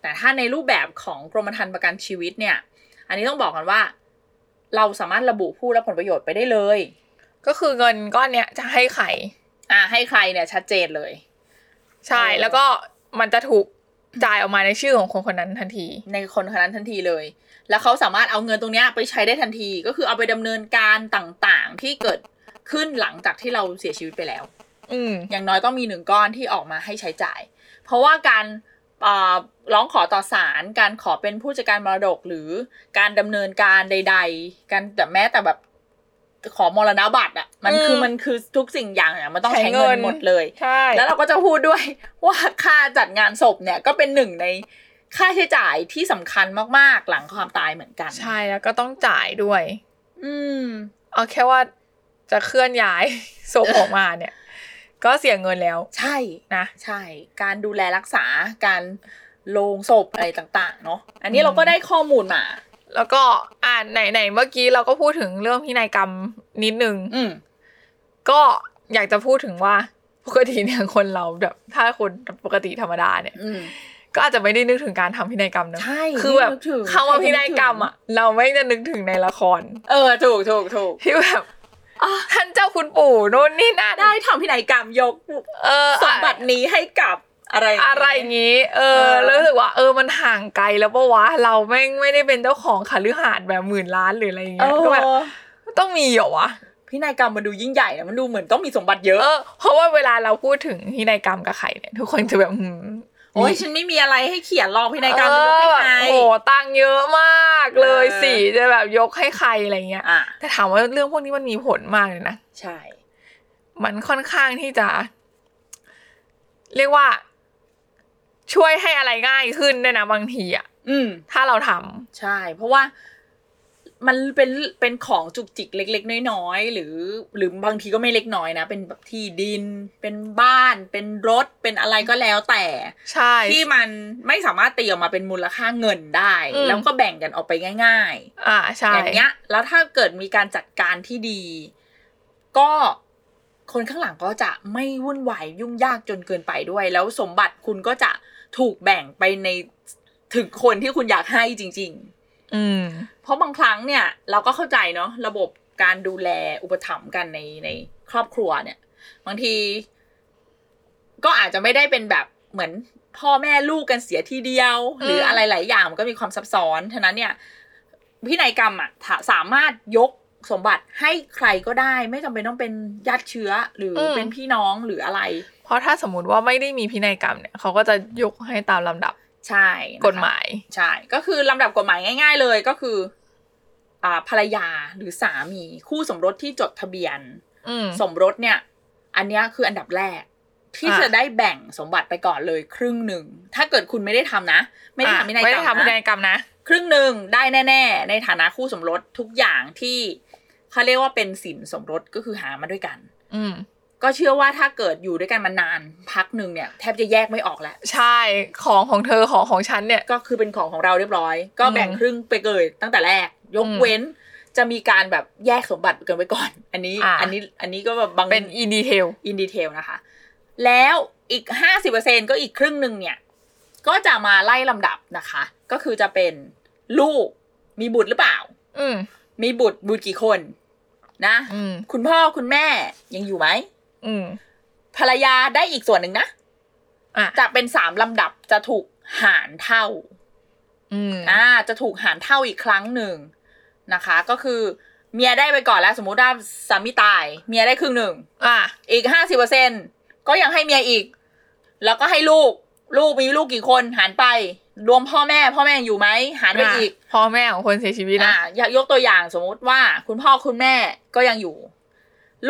[SPEAKER 5] แต่ถ้าในรูปแบบของกรมธรรม์ประกันชีวิตเนี่ย อันนี้ต้องบอกกันว่า เราสามารถระบุผู้รับผลประโยชน์ไปได้เลย
[SPEAKER 4] ก็คือเงินก้อนเนี้ยจะให้ใคร
[SPEAKER 5] อ่าให้ใครเนี่ยชัดเจนเลย
[SPEAKER 4] ใช่
[SPEAKER 5] เออ
[SPEAKER 4] แล้วก็มันจะถูกจ่ายออกมาในชื่อของคนคนนั้นทันที
[SPEAKER 5] ในคนคนนั้นทันทีเลย แล้วเขาสามารถเอาเงินตรงเนี้ยไปใช้ได้ทันที ก็คือเอาไปดำเนินการต่างๆ ที่เกิดขึ้นหลังจากที่เราเสียชีวิตไปแล้ว
[SPEAKER 4] อืม
[SPEAKER 5] อย่างน้อยต้องมีหนึ่งก้อนที่ออกมาให้ใช้จ่าย เพราะว่าการเอ่อร้องขอต่อศาล การขอเป็นผู้จัดการมรดกหรือการดำเนินการใด ๆ การแต่แม้แต่แบบขอมรณบัตรอ่ะ มัน
[SPEAKER 4] อืม
[SPEAKER 5] คือมันคือทุกสิ่งอย่างเนี่ยมันต้อง
[SPEAKER 4] ใช้
[SPEAKER 5] ใช้เงิ
[SPEAKER 4] เงิ
[SPEAKER 5] น
[SPEAKER 4] น
[SPEAKER 5] หมดเลย
[SPEAKER 4] ใช่
[SPEAKER 5] แล้วเราก็จะพูดด้วย *laughs* ว่าค่าจัดงานศพเนี่ยก็เป็นหนึ่งในค่าใช้จ่ายที่สำคัญมากๆ หลังความตายเหมือนกัน
[SPEAKER 4] ใช่แล้วก็ต้องจ่ายด้วย
[SPEAKER 5] อืม
[SPEAKER 4] เอาแค่ว่าจะเคลื่อนย้าย *laughs* ศพออกมาเนี่ย ก็เสียเงินแล้ว
[SPEAKER 5] ใช่
[SPEAKER 4] นะ
[SPEAKER 5] ใช่ การดูแลรักษา การโลงศพอะไรต่างๆ เนาะ อันนี้
[SPEAKER 4] อืม
[SPEAKER 5] เราก็ได้ข้อมูลมา
[SPEAKER 4] แล้วก็อ่าไหนไหนเมื่อกี้เราก็พูดถึงเรื่องพินัยกรรมนิดนึง
[SPEAKER 5] อืม
[SPEAKER 4] ก็อยากจะพูดถึงว่าปกติเนี่ยคนเราแบบถ้าคนปกติธรรมดาเนี่ย
[SPEAKER 5] อืม
[SPEAKER 4] ก็อาจจะไม่ได้นึกถึงการทำพินัยกรรมเนอะ
[SPEAKER 5] ใช่
[SPEAKER 4] คือแบบ
[SPEAKER 5] ไม่นึกถึง
[SPEAKER 4] คำว่าพินัยกรรมอ่ะ เราไม่จะนึกถึงในละคร
[SPEAKER 5] เออ ถูกถูกถูก
[SPEAKER 4] ที่แบบ *laughs* ท่านเจ้าคุณปู่โน่นนี่นั่น
[SPEAKER 5] ได้ทำพินัยกรรมยก
[SPEAKER 4] เออ
[SPEAKER 5] สมบัตินี้ให้กับอะไรย่างเงี้ย
[SPEAKER 4] อะไรอย่างงี้ เออ
[SPEAKER 5] เออ
[SPEAKER 4] แล้วรู้สึกว่า เออมันห่างไกลแล้วปะวะเราแม่งไม่ได้เป็นเจ้าของคฤหาสน์แบบหมื่นล้านหรืออะไรอย่าง
[SPEAKER 5] เอ
[SPEAKER 4] เงี้ยก็แบบ
[SPEAKER 5] อ
[SPEAKER 4] ต้องมีเหรอวะ
[SPEAKER 5] พินัยกรรมมันดูยิ่งใหญ่นะมันดูเหมือนต้องมีสมบัติเยอะ
[SPEAKER 4] เออเพราะว่าเวลาเราพูดถึงพินัยกรรมกับใครเนี่ยทุกคนจะแบบหืม
[SPEAKER 5] โอ้ยฉันไม่มีอะไรให้เขียนรองพินัยกรรม
[SPEAKER 4] เอย
[SPEAKER 5] กให้
[SPEAKER 4] อ
[SPEAKER 5] ใคร
[SPEAKER 4] โอ้โหตังค์เยอะมากเลย
[SPEAKER 5] เออ
[SPEAKER 4] สิจะแบบยกให้ใครอะไรเงี้ย
[SPEAKER 5] อ่ะ
[SPEAKER 4] แต่ถามว่าเรื่องพวกนี้มันมีผลมากเลยนะ
[SPEAKER 5] ใช่
[SPEAKER 4] มันค่อนข้างที่จะ เรียกว่า ช่วยให้อะไรง่ายขึ้นด้วยนะบางทีอะ
[SPEAKER 5] อืม
[SPEAKER 4] ถ้าเราทำ
[SPEAKER 5] ใช่ เพราะว่ามันเป็นเป็นของจุกจิกเล็ก ๆ น้อยๆหรือ หรือบางทีก็ไม่เล็กน้อยนะ เป็นแบบที่ดิน เป็นบ้าน เป็นรถเป็นอะไรก็แล้วแต่
[SPEAKER 4] ใช่
[SPEAKER 5] ที่มันไม่สามารถตีออกมาเป็นมูลค่าเงินได้
[SPEAKER 4] อืม
[SPEAKER 5] แล้วก็แบ่งกันออกไปง่าย
[SPEAKER 4] อ่า
[SPEAKER 5] ๆ
[SPEAKER 4] ใช่
[SPEAKER 5] อย่างเงี้ย แล้วถ้าเกิดมีการจัดการที่ดี ก็คนข้างหลังก็จะไม่วุ่นวายยุ่งยากจนเกินไปด้วย แล้วสมบัติคุณก็จะถูกแบ่งไปในถึงคนที่คุณอยากให้จริง ๆ
[SPEAKER 4] อืม
[SPEAKER 5] เพราะบางครั้งเนี่ยเราก็เข้าใจเนาะระบบการดูแลอุปถัมภ์กันในในครอบครัวเนี่ย บางที ก็อาจจะไม่ได้เป็นแบบเหมือนพ่อแม่ลูกกันเสียทีเดียว
[SPEAKER 4] อืม
[SPEAKER 5] หรืออะไรหลายอย่างมันก็มีความซับซ้อนฉะนั้นเนี่ยพินัยกรรมอ่ะถ้าสามารถยกสมบัติให้ใครก็ได้ ไม่จำเป็นต้องเป็นญาติเชื้อหรืออ
[SPEAKER 4] ม
[SPEAKER 5] เป็นพี่น้องหรืออะไร
[SPEAKER 4] เพราะถ้าสมมติว่าไม่ได้มีพินัยกรรมเนี่ยเขาก็จะยกให้ตามลำดับ
[SPEAKER 5] ใช่นะคะ
[SPEAKER 4] กฎหมาย
[SPEAKER 5] ใช่ ก็คือลำดับกฎหมายง่าย ๆ เลยก็คือ อ่าภรรยาหรือสามี คู่สมรสที่จดทะเบียน
[SPEAKER 4] อืม
[SPEAKER 5] สมรสเนี่ย อันเนี้ยคืออันดับแรก ที่
[SPEAKER 4] อ่ะ
[SPEAKER 5] จะได้แบ่งสมบัติไปก่อนเลยครึ่งหนึ่ง ถ้าเกิดคุณไม่ได้ทำนะ ไม่ได้ทำพินัย
[SPEAKER 4] อ่ะไม่
[SPEAKER 5] กร
[SPEAKER 4] ได้
[SPEAKER 5] รม
[SPEAKER 4] ทำพินั
[SPEAKER 5] นะ
[SPEAKER 4] ยกรรมนะ
[SPEAKER 5] ครึ่งหนึ่งได้แน่ ๆ ในฐานะคู่สมรสทุกอย่างที่เขาเรียกว่าเป็นสินสมรสก็คือหามาด้วยกัน
[SPEAKER 4] อืม
[SPEAKER 5] ก็เชื่อว่าถ้าเกิดอยู่ด้วยกันมานานพักหนึ่งเนี่ยแทบจะแยกไม่ออกแล้ว
[SPEAKER 4] ใช่ของของเธอของของฉันเนี่ย
[SPEAKER 5] ก็คือเป็นของของเราเรียบร้อย ก็แบ่ง
[SPEAKER 4] อืม
[SPEAKER 5] ครึ่งไปเลยตั้งแต่แรก ยก
[SPEAKER 4] อืม
[SPEAKER 5] เว้นจะมีการแบบแยกสมบัติกันไว้ก่อน อันนี้
[SPEAKER 4] อ่า
[SPEAKER 5] อันนี้อันนี้ก็แบบบาง
[SPEAKER 4] เป็นอินดีเทล
[SPEAKER 5] อินดีเทลนะคะ แล้วอีกห้าสิบเปอร์เซ็นก็อีกครึ่งหนึ่งเนี่ย ก็จะมาไล่ลำดับนะคะ ก็คือจะเป็นลูกมีบุตรหรือเปล่า
[SPEAKER 4] อืม
[SPEAKER 5] มีบุตรบุตรกี่คนนะ
[SPEAKER 4] อืม
[SPEAKER 5] คุณพ่อคุณแม่ยังอยู่ไหม
[SPEAKER 4] อืม
[SPEAKER 5] ภรรยาได้อีกส่วนหนึ่งนะ
[SPEAKER 4] อ่ะ
[SPEAKER 5] จะเป็นสามลำดับจะถูกหารเท่า
[SPEAKER 4] อืม
[SPEAKER 5] อ่าจะถูกหารเท่าอีกครั้งหนึ่งนะคะ ก็คือเมียได้ไปก่อนแล้ว สมมุติว่าสามีตาย เมียได้ครึ่งหนึ่ง
[SPEAKER 4] อ่ะ
[SPEAKER 5] อีกห้าสิบเปอร์เซ็นก็ยังให้เมียอีก แล้วก็ให้ลูก ลูกมีลูกกี่คนหารไป รวมพ่อแม่ พ่อแม่อยู่ไหมหารไป
[SPEAKER 4] อ่ะ
[SPEAKER 5] อีก
[SPEAKER 4] พ่อแม่ของคนเสียชีวิตนะ
[SPEAKER 5] อ่ะอยากยกตัวอย่างสมมุติว่า คุณพ่อคุณแม่ก็ยังอยู่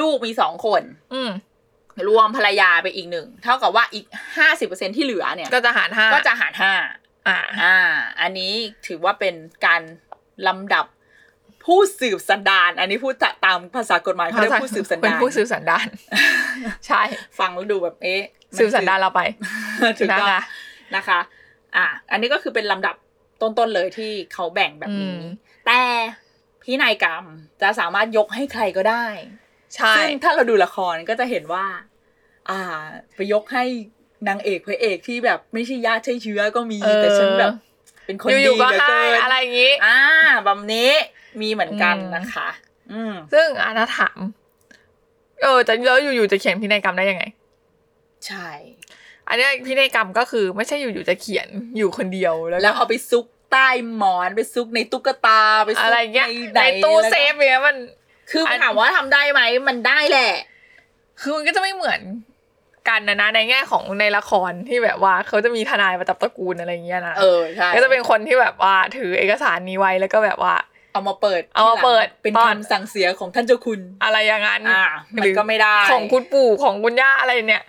[SPEAKER 5] ลูกมีสองคน
[SPEAKER 4] อืม
[SPEAKER 5] รวมภรรยาไปอีกหนึ่งเท่ากับว่าอีกห้าสิบเปอร์เซ็นที่เหลือเนี่ย
[SPEAKER 4] ก็จะหารห้า
[SPEAKER 5] ก็จะหารห้า
[SPEAKER 4] อ่า
[SPEAKER 5] อ่า อันนี้ถือว่าเป็นการลำดับผู้สืบสันดาน อันนี้พูดตามภาษากฎหมายเขาเรียกผู้สืบสัน
[SPEAKER 4] เป็
[SPEAKER 5] ดาน น
[SPEAKER 4] ผู้สืบสันดาน ใช่
[SPEAKER 5] ฟังแล้วดูแบบเอ๊ะมั
[SPEAKER 4] สืบสันดานเราไป
[SPEAKER 5] คือถูกต้อง
[SPEAKER 4] นะคะ
[SPEAKER 5] นะคะ อ่า อันนี้ก็คือเป็นลำดับต้นๆเลยที่เขาแบ่งแบบนี้
[SPEAKER 4] อืม
[SPEAKER 5] แต่พินัยกรรมจะสามารถยกให้ใครก็ได้
[SPEAKER 4] ใช่
[SPEAKER 5] ซึ่งถ้าเราดูละครก็จะเห็นว่า อ่า ไปยกให้นางเอกพระเอกที่แบบไม่ใช่ญาติใช่เชื้อก็มี
[SPEAKER 4] เออ
[SPEAKER 5] แต่ฉันแบบ เป็นคนดี
[SPEAKER 4] อยู่ๆก็
[SPEAKER 5] เหลือ
[SPEAKER 4] ให้
[SPEAKER 5] เกิน
[SPEAKER 4] อะไรอย่างนี้
[SPEAKER 5] อ่าแบบนี้มีเหมือนกัน
[SPEAKER 4] อืม
[SPEAKER 5] นะคะ อืม
[SPEAKER 4] ซึ่งอาณาถาม เออจะแล้วอยู่ๆจะเขียนพินัยกรรมได้ยังไง
[SPEAKER 5] ใช่
[SPEAKER 4] อันเนี้ยพินัยกรรมก็คือไม่ใช่อยู่ๆจะเขียนอยู่คนเดียวแล้วก็
[SPEAKER 5] แล้วเอาไปซุกใต้หมอนไปซุกในตุ๊กตาไปซุก
[SPEAKER 4] อะไรเงี้ย
[SPEAKER 5] ห
[SPEAKER 4] ในตู้
[SPEAKER 5] แล้วก็
[SPEAKER 4] เซฟเนี้ยมัน
[SPEAKER 5] คืออน ถามว่าทำได้ไหมมันได้แหละ
[SPEAKER 4] คือมันก็จะไม่เหมือนกันนะนะในแง่ของในละครที่แบบว่าเขาจะมีทนายประจำตระกูลอะไรอย่างเงี้ยนะ
[SPEAKER 5] เออใช่
[SPEAKER 4] ก็จะเป็นคนที่แบบว่าถือเอกสารนี้ไว้แล้วก็แบบว่า
[SPEAKER 5] เอามาเปิด
[SPEAKER 4] เอามา
[SPEAKER 5] ทีหลัง
[SPEAKER 4] เปิด
[SPEAKER 5] เป็น
[SPEAKER 4] ตอน
[SPEAKER 5] คำสั่งเสียของท่านเจ้าคุณ
[SPEAKER 4] อะไรอย่างนั้น
[SPEAKER 5] อ่ามันก็ไม่ได้
[SPEAKER 4] ของคุณปู่ของคุณย่าอะไรเนี่ย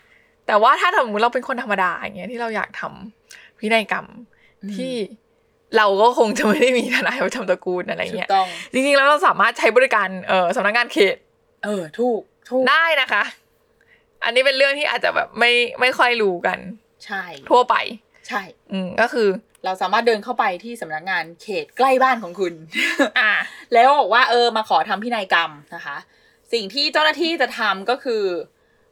[SPEAKER 4] แต่ว่าถ้าสมมติเราเป็นคนธรรมดาอย่างเงี้ยที่เราอยากทำพินัยกรรมที่เราก็คงจะไม่ได้มีทนายประจำตระกูลอะไร
[SPEAKER 5] ถู
[SPEAKER 4] เงี้
[SPEAKER 5] ก
[SPEAKER 4] ย
[SPEAKER 5] ต้อง
[SPEAKER 4] จริงๆแล้วเราสามารถใช้บริการเออสำนักงานเขต
[SPEAKER 5] เออ ถูกถูก
[SPEAKER 4] ได้นะคะ อันนี้เป็นเรื่องที่อาจจะแบบไม่ไม่ค่อยรู้กัน
[SPEAKER 5] ใช่
[SPEAKER 4] ทั่วไป
[SPEAKER 5] ใช่
[SPEAKER 4] อืมก็คือ
[SPEAKER 5] เราสามารถเดินเข้าไปที่สำนักงานเขตใกล้บ้านของคุณ
[SPEAKER 4] อ่า
[SPEAKER 5] แล้วบอกว่าเออมาขอทำพินัยกรรมนะคะ สิ่งที่เจ้าหน้าที่จะทำก็คือ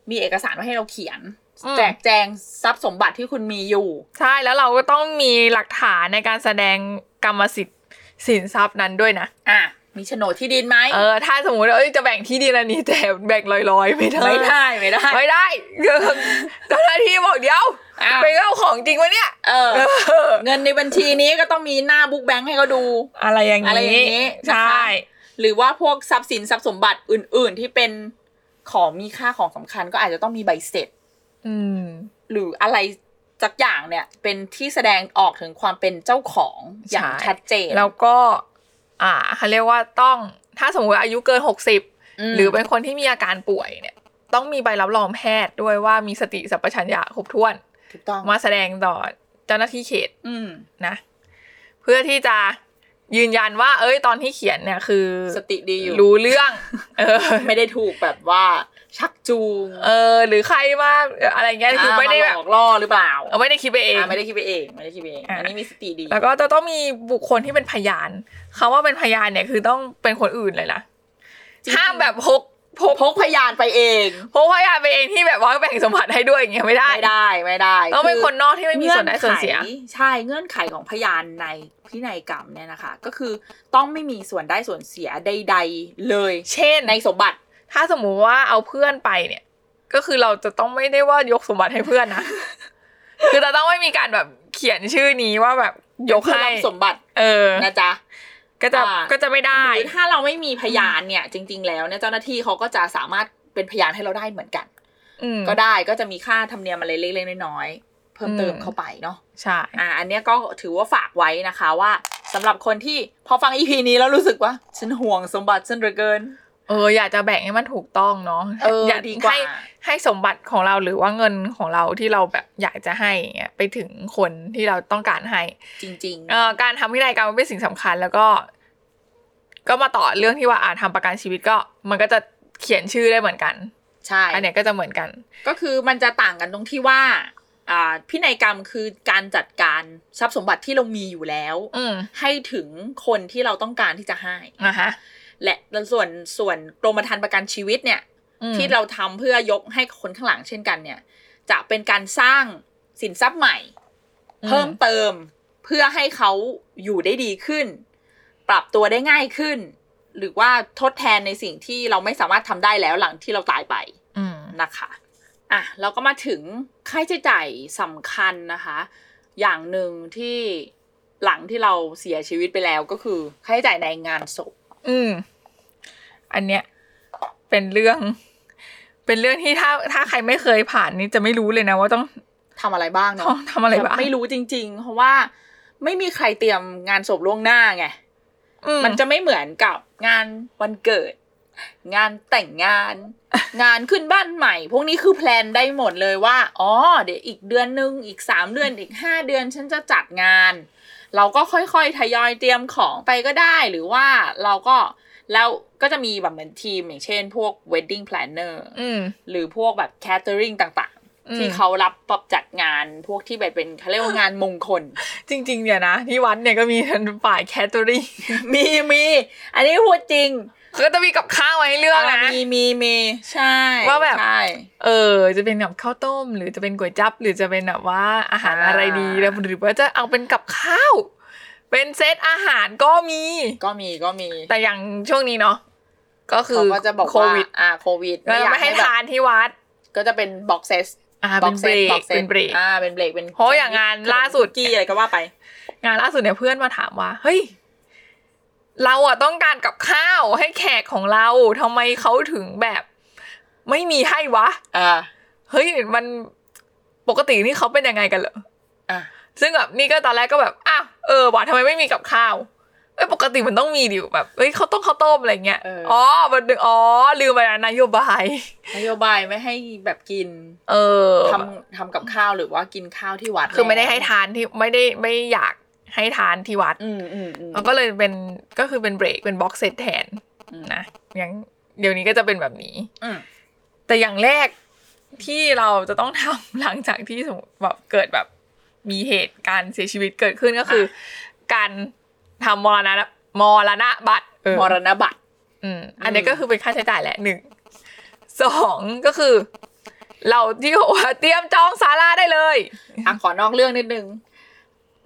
[SPEAKER 5] มีเอกสารไว้ให้เราเขียน
[SPEAKER 4] อืม
[SPEAKER 5] แจกแจงทรัพย์สมบัติที่คุณมีอยู่
[SPEAKER 4] ใช่แล้วเราก็ต้องมีหลักฐานในการแสดงกรรมสิทธิ์สินทรัพย์นั้นด้วยนะ
[SPEAKER 5] อ่ะ มีโฉนดที่ดินไหม
[SPEAKER 4] เออถ้าสมมติว่าเอ้ยจะแบ่งที่ดินอันนี้แต่แบ่งลอยๆ ไม่ได้
[SPEAKER 5] ไม่ได้ไม่ได้
[SPEAKER 4] ไม่ *laughs* ได้เดี๋ยวเจ้าหน้าที่บอกเดี๋ยว
[SPEAKER 5] อ่ะ
[SPEAKER 4] ไปเอาของจริงวะเนี่ย
[SPEAKER 5] เออ
[SPEAKER 4] เออ
[SPEAKER 5] เงินในบัญชีนี้ก็ต้องมีหน้าบุ๊กแบงค์ให้เขาดู
[SPEAKER 4] อะไรอย่าง
[SPEAKER 5] อะไรอย่างนี้
[SPEAKER 4] นี้ใช่
[SPEAKER 5] หรือว่าพวกทรัพย์สินทรัพย์สมบัติอื่น ๆ ที่เป็นของมีค่าของสำคัญ ก็อาจจะต้องมีใบเสร็จ
[SPEAKER 4] อืม
[SPEAKER 5] หรืออะไรสักอย่างเนี่ย เป็นที่แสดงออกถึงความเป็นเจ้าของอย่าง
[SPEAKER 4] ใช่
[SPEAKER 5] ชัดเจน
[SPEAKER 4] แล้วก็ อ่าเขาเรียกว่าต้องถ้าสมมติอายุเกินหกสิบ
[SPEAKER 5] ม
[SPEAKER 4] หรือเป็นคนที่มีอาการป่วยเนี่ย ต้องมีใบรับรองแพทย์ด้วยว่ามีสติสัพชัญญะครบถ้วน
[SPEAKER 5] ถูกต้อง
[SPEAKER 4] มาแสดงต่อเจ้าหน้าที่เขต
[SPEAKER 5] อืม
[SPEAKER 4] นะ เพื่อที่จะยืนยันว่า เอ้ยตอนที่เขียนเนี่ยคือ
[SPEAKER 5] สติดีอยู่
[SPEAKER 4] รู้ *laughs* เรื่อง เอ *laughs* อ
[SPEAKER 5] ไม่ได้ถูกแบบว่าชักจูง
[SPEAKER 4] เออ หรือใครมาอะไรเงี้ยคือไม่ได้แบบ
[SPEAKER 5] าาหลอกล่อหรือเปล่า
[SPEAKER 4] เออไม่ได้คิดไปเอง
[SPEAKER 5] อ่าไม่ได้คิดไปเอง ไม่ได้คิดไปเอง
[SPEAKER 4] อ่ะ
[SPEAKER 5] อันนี้มีสติดี
[SPEAKER 4] แล้วก็จะต้องมีบุคคลที่เป็นพยานคำว่าเป็นพยานเนี่ยคือต้องเป็นคนอื่นเลยนะ
[SPEAKER 5] จริงๆ
[SPEAKER 4] ห้ามแบบพกพก
[SPEAKER 5] พกพยานไปเอง
[SPEAKER 4] พกพยานไปเองที่แบบว่าแบ่งสมบัติให้ด้วยอย่างเงี้ยไม่ได้
[SPEAKER 5] ไม่ได้ไม่ได้
[SPEAKER 4] ต้องเป็นคนนอกที่ไม่มีส่วนได้
[SPEAKER 5] งื่อ
[SPEAKER 4] ส่วนเสีย
[SPEAKER 5] ไขใช่เงื่อนไขของพยานในพินัยกรรมเนี่ยนะคะ ก็คือต้องไม่มีส่วนได้ส่วนเสียใด ๆ เลย
[SPEAKER 4] เช่น
[SPEAKER 5] ในสมบัติ
[SPEAKER 4] ถ้าสมมุติว่าเอาเพื่อนไปเนี่ย ก็คือเราจะต้องไม่ได้ว่ายกสมบัติให้เพื่อนนะ
[SPEAKER 5] *laughs*
[SPEAKER 4] คือเราต้องไม่มีการแบบเขียนชื่อนี้ว่าแบบยก
[SPEAKER 5] คือ
[SPEAKER 4] ให้
[SPEAKER 5] รับสมบัติ
[SPEAKER 4] เออ
[SPEAKER 5] นะจ๊ะ
[SPEAKER 4] ก็จะ
[SPEAKER 5] อ่า
[SPEAKER 4] ก็จะไม่ได้
[SPEAKER 5] หรือถ้าเราไม่มีพยานเนี่ย จริง ๆ แล้วเนี่ยเจ้าหน้าที่เขาก็จะสามารถเป็นพยานให้เราได้เหมือนกัน
[SPEAKER 4] อืม
[SPEAKER 5] ก็ได้ก็จะมีค่าธรรมเนียมอะไรเล็กๆน้อยๆเพิ่มเติม
[SPEAKER 4] อืม
[SPEAKER 5] เข้าไปเนาะ
[SPEAKER 4] ใช่
[SPEAKER 5] อ่า อันเนี้ยก็ถือว่าฝากไว้นะคะว่าสำหรับคนที่พอฟังอีพีนี้แล้วรู้สึกว่า ฉันห่วงสมบัติฉันเหลือเกิน
[SPEAKER 4] เอออยากจะแบ่งให้มันถูกต้องเนาะ
[SPEAKER 5] เออ
[SPEAKER 4] อยาก
[SPEAKER 5] ดีกว่า
[SPEAKER 4] ให้ให้สมบัติของเราหรือว่าเงินของเราที่เราแบบอยากจะให้อย่างเงี้ยไปถึงคนที่เราต้องการให้
[SPEAKER 5] จริง
[SPEAKER 4] เอ่อการทำพินัยกรรมมันเป็นสิ่งสำคัญแล้วก็ ก็มาต่อเรื่องที่ว่าอาทำประกันชีวิตก็ มันก็จะเขียนชื่อได้เหมือนกัน
[SPEAKER 5] ๆ ใช่
[SPEAKER 4] อันเนี้ยก็จะเหมือนกัน
[SPEAKER 5] ก็คือมันจะต่างกันตรงที่ว่า อ่าพินัยกรรมคือการจัดการทรัพย์สมบัติที่เรามีอยู่แล้ว
[SPEAKER 4] อืม
[SPEAKER 5] ให้ถึงคนที่เราต้องการที่จะให้
[SPEAKER 4] นะฮะ
[SPEAKER 5] และส่วนส่วนกรมธรรม์ประกันชีวิตเนี่ย
[SPEAKER 4] อืม
[SPEAKER 5] ที่เราทำเพื่อยกให้กับคนข้างหลังเช่นกันเนี่ย จะเป็นการสร้างสินทรัพย์ใหม่ เพิ่มเติมเพื่อให้เขาอยู่ได้ดีขึ้น ปรับตัวได้ง่ายขึ้น หรือว่าทดแทนในสิ่งที่เราไม่สามารถทำได้แล้วหลังที่เราตายไป
[SPEAKER 4] อืม
[SPEAKER 5] นะคะอ่ะเราก็มาถึงค่าใช้จ่ายสำคัญนะคะ อย่างหนึ่งที่หลังที่เราเสียชีวิตไปแล้วก็คือค่าใช้จ่ายในงานศพ
[SPEAKER 4] อืมอันเนี้ยเป็นเรื่อง เป็นเรื่องที่ถ้าถ้าใครไม่เคยผ่านนี่จะไม่รู้เลยนะว่าต้อง
[SPEAKER 5] ทำอะไรบ้างเนาะ
[SPEAKER 4] ทำอะไรบ้าง
[SPEAKER 5] ไม่รู้จริง ๆ เพราะว่าไม่มีใครเตรียมงานศพล่วงหน้าไง
[SPEAKER 4] อื
[SPEAKER 5] มันจะไม่เหมือนกับงานวันเกิด งานแต่งงาน
[SPEAKER 4] *laughs*
[SPEAKER 5] งานขึ้นบ้านใหม่ พวกนี้คือแพลนได้หมดเลยว่า อ๋อ เดี๋ยวอีกเดือนนึง อีกสามเดือน อีกห้าเดือนฉันจะจัดงาน เราก็ค่อยๆ ทยอยเตรียมของไปก็ได้ หรือว่าเราก็แล้วก็จะมีแบบเหมือนทีม อย่างเช่น พวก wedding planner
[SPEAKER 4] อืม
[SPEAKER 5] หรือพวกแบบ catering ต่าง
[SPEAKER 4] อืม
[SPEAKER 5] ๆ ที่เขารับปรับจัดงานพวกที่แบบเป็นเขาเรียกว่างานมงคล *laughs*
[SPEAKER 4] จริงๆเนี่ยนะที่วัดเนี่ยก็มีฝ่ายแคตเตอ *laughs* รี่
[SPEAKER 5] มีมีอันนี้พูดจริง
[SPEAKER 4] ก็จะมีกับข้าวไว้ให้เลือกนะ
[SPEAKER 5] อ่ามีมีมีใช่
[SPEAKER 4] ว่าแบบ
[SPEAKER 5] ใช่
[SPEAKER 4] เออ จะเป็นแบบข้าวต้ม หรือจะเป็นก๋วยจั๊บหรือจะเป็นแบบว่าอาหาร
[SPEAKER 5] อ่า
[SPEAKER 4] อะไรดีแล้วหรือว่าจะเอาเป็นกับข้าว เป็นเซตอาหารก็มี
[SPEAKER 5] ก็มีก็มี
[SPEAKER 4] แต่อย่างช่วงนี้เนาะก็คื
[SPEAKER 5] เขา
[SPEAKER 4] อ
[SPEAKER 5] ก็จะบอก
[SPEAKER 4] โควิด
[SPEAKER 5] าอ่าโควิด
[SPEAKER 4] ก็ไม่ให้
[SPEAKER 5] แบบ
[SPEAKER 4] ทานที่วัด
[SPEAKER 5] ก็จะเป็นบ็อกเซส
[SPEAKER 4] อ่าเป็นเบรกเป็นเบรก
[SPEAKER 5] อ่าเป็นเบรกเป็น
[SPEAKER 4] เพราะอย่างงานล่าสุด
[SPEAKER 5] กี้อะไรก็ว่าไป
[SPEAKER 4] งานล่าสุดเนี่ยเพื่อนมาถามว่า เฮ้ย เราอะต้องการกับข้าวให้แขกของเราทำไมเขาถึงแบบ ไม่มีให้วะ
[SPEAKER 5] อ่า
[SPEAKER 4] เฮ้ยมันปกตินี่เขาเป็นยังไงกันเหรอ
[SPEAKER 5] อ่ะ
[SPEAKER 4] ซึ่งแบบนี่ก็ตอนแรกก็แบบอ้าวเออว่ะทำไมไม่มีกับข้าวเอ้ยปกติมันต้องมีดิวแบบเอ้ยเขาวต้องข้าวต้มอะไรเงี้ย
[SPEAKER 5] เอออ๋
[SPEAKER 4] อ๋อมันดึงอ๋อลืมไปนะนโยบาย
[SPEAKER 5] นโยบายไม่ให้แบบกิน
[SPEAKER 4] เออ
[SPEAKER 5] ทำทำกับข้าวหรือว่ากินข้าวที่วัด
[SPEAKER 4] คือไม่ได้ให้ทานที่ไม่ได้ไม่อยากให้ทานที่วัด
[SPEAKER 5] อืมอืมอืม
[SPEAKER 4] มันก็เลยเป็นก็คือเป็นเบรกเป็นบ็อกเซตแทน
[SPEAKER 5] อืม
[SPEAKER 4] นะอย่างเดี๋ยวนี้ก็จะเป็นแบบนี้
[SPEAKER 5] อืม
[SPEAKER 4] แต่อย่างแรกที่เราจะต้องทำ หลังจากที่สมมติแบบเกิดแบบมีเหตุการณ์เสียชีวิตเกิดขึ้นก็คือ การทำมรณะมรณะบัตรเออ
[SPEAKER 5] มรณบัตร
[SPEAKER 4] อืมอันนี้ก็คือเป็นค่าใช้จ่ายแหละหนึ่งสองก็คือ เราที่บอกว่าเตรียมจองศาลาได้เลย
[SPEAKER 5] อ่ะขอนอกเรื่องนิดนึง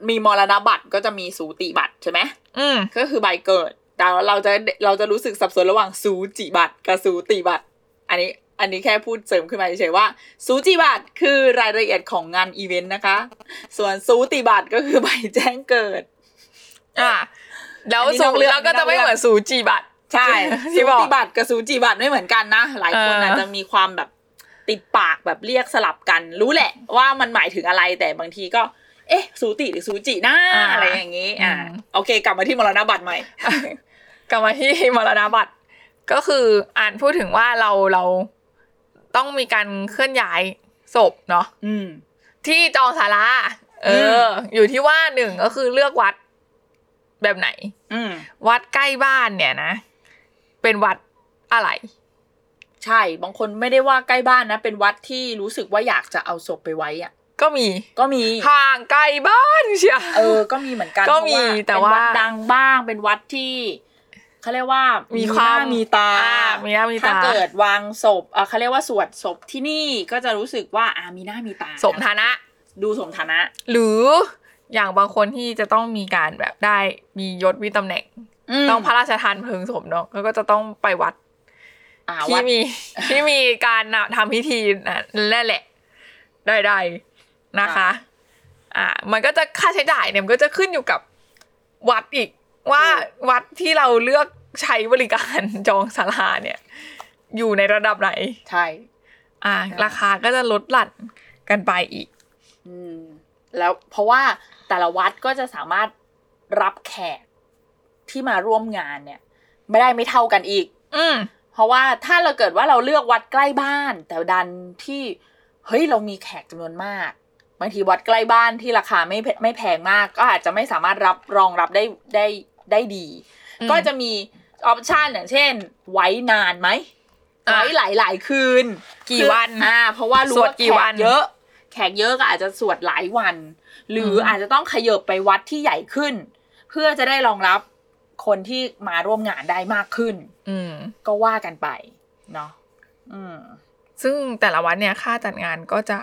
[SPEAKER 5] มีมรณบัตรก็จะมีสูติบัตรใช่ไหม
[SPEAKER 4] อืม
[SPEAKER 5] ก็คือใบเกิด แต่เราจะเราจะรู้สึกสับสนระหว่างซูจิบัตรกับสูติบัตร อันนี้อันนี้แค่พูดเสริมขึ้นมาเฉยๆว่าซูจิบัตรคือรายละเอียดของงานอีเวนต์นะคะ ส่วนสูติบัตรก็คือใบแจ้งเกิด
[SPEAKER 4] อ่ะแล้ว
[SPEAKER 5] อันนี้
[SPEAKER 4] สู
[SPEAKER 5] นอกเรื่อง
[SPEAKER 4] แล้วก็จะไม่
[SPEAKER 5] อันนี้นอกเรื่อง
[SPEAKER 4] เหมือนสูจีบัตร
[SPEAKER 5] ใช่ *laughs*
[SPEAKER 4] ที่
[SPEAKER 5] สู
[SPEAKER 4] บอก
[SPEAKER 5] ติบัตรกับสูจิบัตรไม่เหมือนกันนะ หลายคน
[SPEAKER 4] เอออ
[SPEAKER 5] อาจจะมีความแบบติดปากแบบเรียกสลับกัน รู้แหละว่ามันหมายถึงอะไรแต่บางทีก็ เอ๊ะ สูติหรือสูจินะอะไรอย่างนี้ อ่าโอเค กลับมาที่มรณบัตรใหม่ *laughs*
[SPEAKER 4] กลับมาที่ มรณบัตรก็คืออ่านพูดถึงว่าเราเราต้องมีการเคลื่อนย้ายศพเนาะ
[SPEAKER 5] อืม
[SPEAKER 4] ที่จองศาลาเออ อยู่ที่ว่าหนึ่งก็คือเลือกวัดแบบไหน
[SPEAKER 5] อืม
[SPEAKER 4] วัดใกล้บ้านเนี่ยนะ เป็นวัดอะไร
[SPEAKER 5] ใช่ บางคนไม่ได้ว่าใกล้บ้านนะ เป็นวัดที่รู้สึกว่าอยากจะเอาศพไปไว้อะ
[SPEAKER 4] ก็มี
[SPEAKER 5] ก็มี
[SPEAKER 4] ห่างไกลบ้านเชียว
[SPEAKER 5] เออ ก็มีเหมือนกัน
[SPEAKER 4] ก็มี
[SPEAKER 5] เพระ
[SPEAKER 4] แต่ว่า
[SPEAKER 5] เป็นวัดดังบ้าง เป็นวัดที่เขาเรียกว่า
[SPEAKER 4] มี
[SPEAKER 5] มี
[SPEAKER 4] ความ
[SPEAKER 5] หน้มีตา
[SPEAKER 4] อ่ามีหน้ามีตา
[SPEAKER 5] ถ้าเกิดวางศพเอ่อเขาเรียกว่าสวดศพที่นี่ก็จะรู้สึกว่าอ่ามีหน้ามีตา
[SPEAKER 4] สมฐานะ
[SPEAKER 5] ดูสมฐานะ
[SPEAKER 4] หรืออย่างบางคนที่จะต้องมีการแบบได้มียศมีตำแหน่ง ต้องพระราชทานเพลิงศพเนาะแล้วก็จะต้องไปวัด
[SPEAKER 5] อ่าวั
[SPEAKER 4] ที่
[SPEAKER 5] ด
[SPEAKER 4] มี *laughs* ที่มีการน่ะทำพิธีนะนั่นแหละได้ๆนะคะ อ่า มันก็จะค่าใช้จ่ายเนี่ยมันก็จะขึ้นอยู่กับวัดอีก ว่าวัดที่เราเลือกใช้บริการ จองศาลาเนี่ย อยู่ในระดับไหน
[SPEAKER 5] ใช่
[SPEAKER 4] อ่า ราคาก็จะลดหลั่นกันไปอีก
[SPEAKER 5] อืม แล้วเพราะว่าแต่ละวัดก็จะสามารถรับแขกที่มาร่วมงานเนี่ย ไม่ได้ไม่เท่ากันอีก
[SPEAKER 4] อืม
[SPEAKER 5] เพราะว่าถ้าเราเกิดว่าเราเลือกวัดใกล้บ้าน แต่ดันที่เฮ้ยเรามีแขกจำนวนมากบางทีวัดใกล้บ้านที่ราคาไม่แพไม่แพงมาก ก็อาจจะไม่สามารถรับรองรับได้ได้ได้ดี ก็จะมีออปชันอย่างเช่น ไว้นานไหมไว้หลายหลายๆคืน
[SPEAKER 4] กี่
[SPEAKER 5] คือ
[SPEAKER 4] วัน
[SPEAKER 5] อ่า เพราะว่ารู้
[SPEAKER 4] สวด
[SPEAKER 5] ว่า
[SPEAKER 4] กี่
[SPEAKER 5] แข
[SPEAKER 4] วั
[SPEAKER 5] ก
[SPEAKER 4] น
[SPEAKER 5] เยอะ แขกเยอะก็อาจจะสวดหลายวัน หรือ
[SPEAKER 4] ม
[SPEAKER 5] อาจจะต้องขยบไปวัดที่ใหญ่ขึ้น เพื่อจะได้รองรับคนที่มาร่วมงานได้มากขึ้น
[SPEAKER 4] อืม
[SPEAKER 5] ก็ว่ากันไปเนาะอืม
[SPEAKER 4] ซึ่งแต่ละวัดเนี่ยค่าจัดงานก็จะ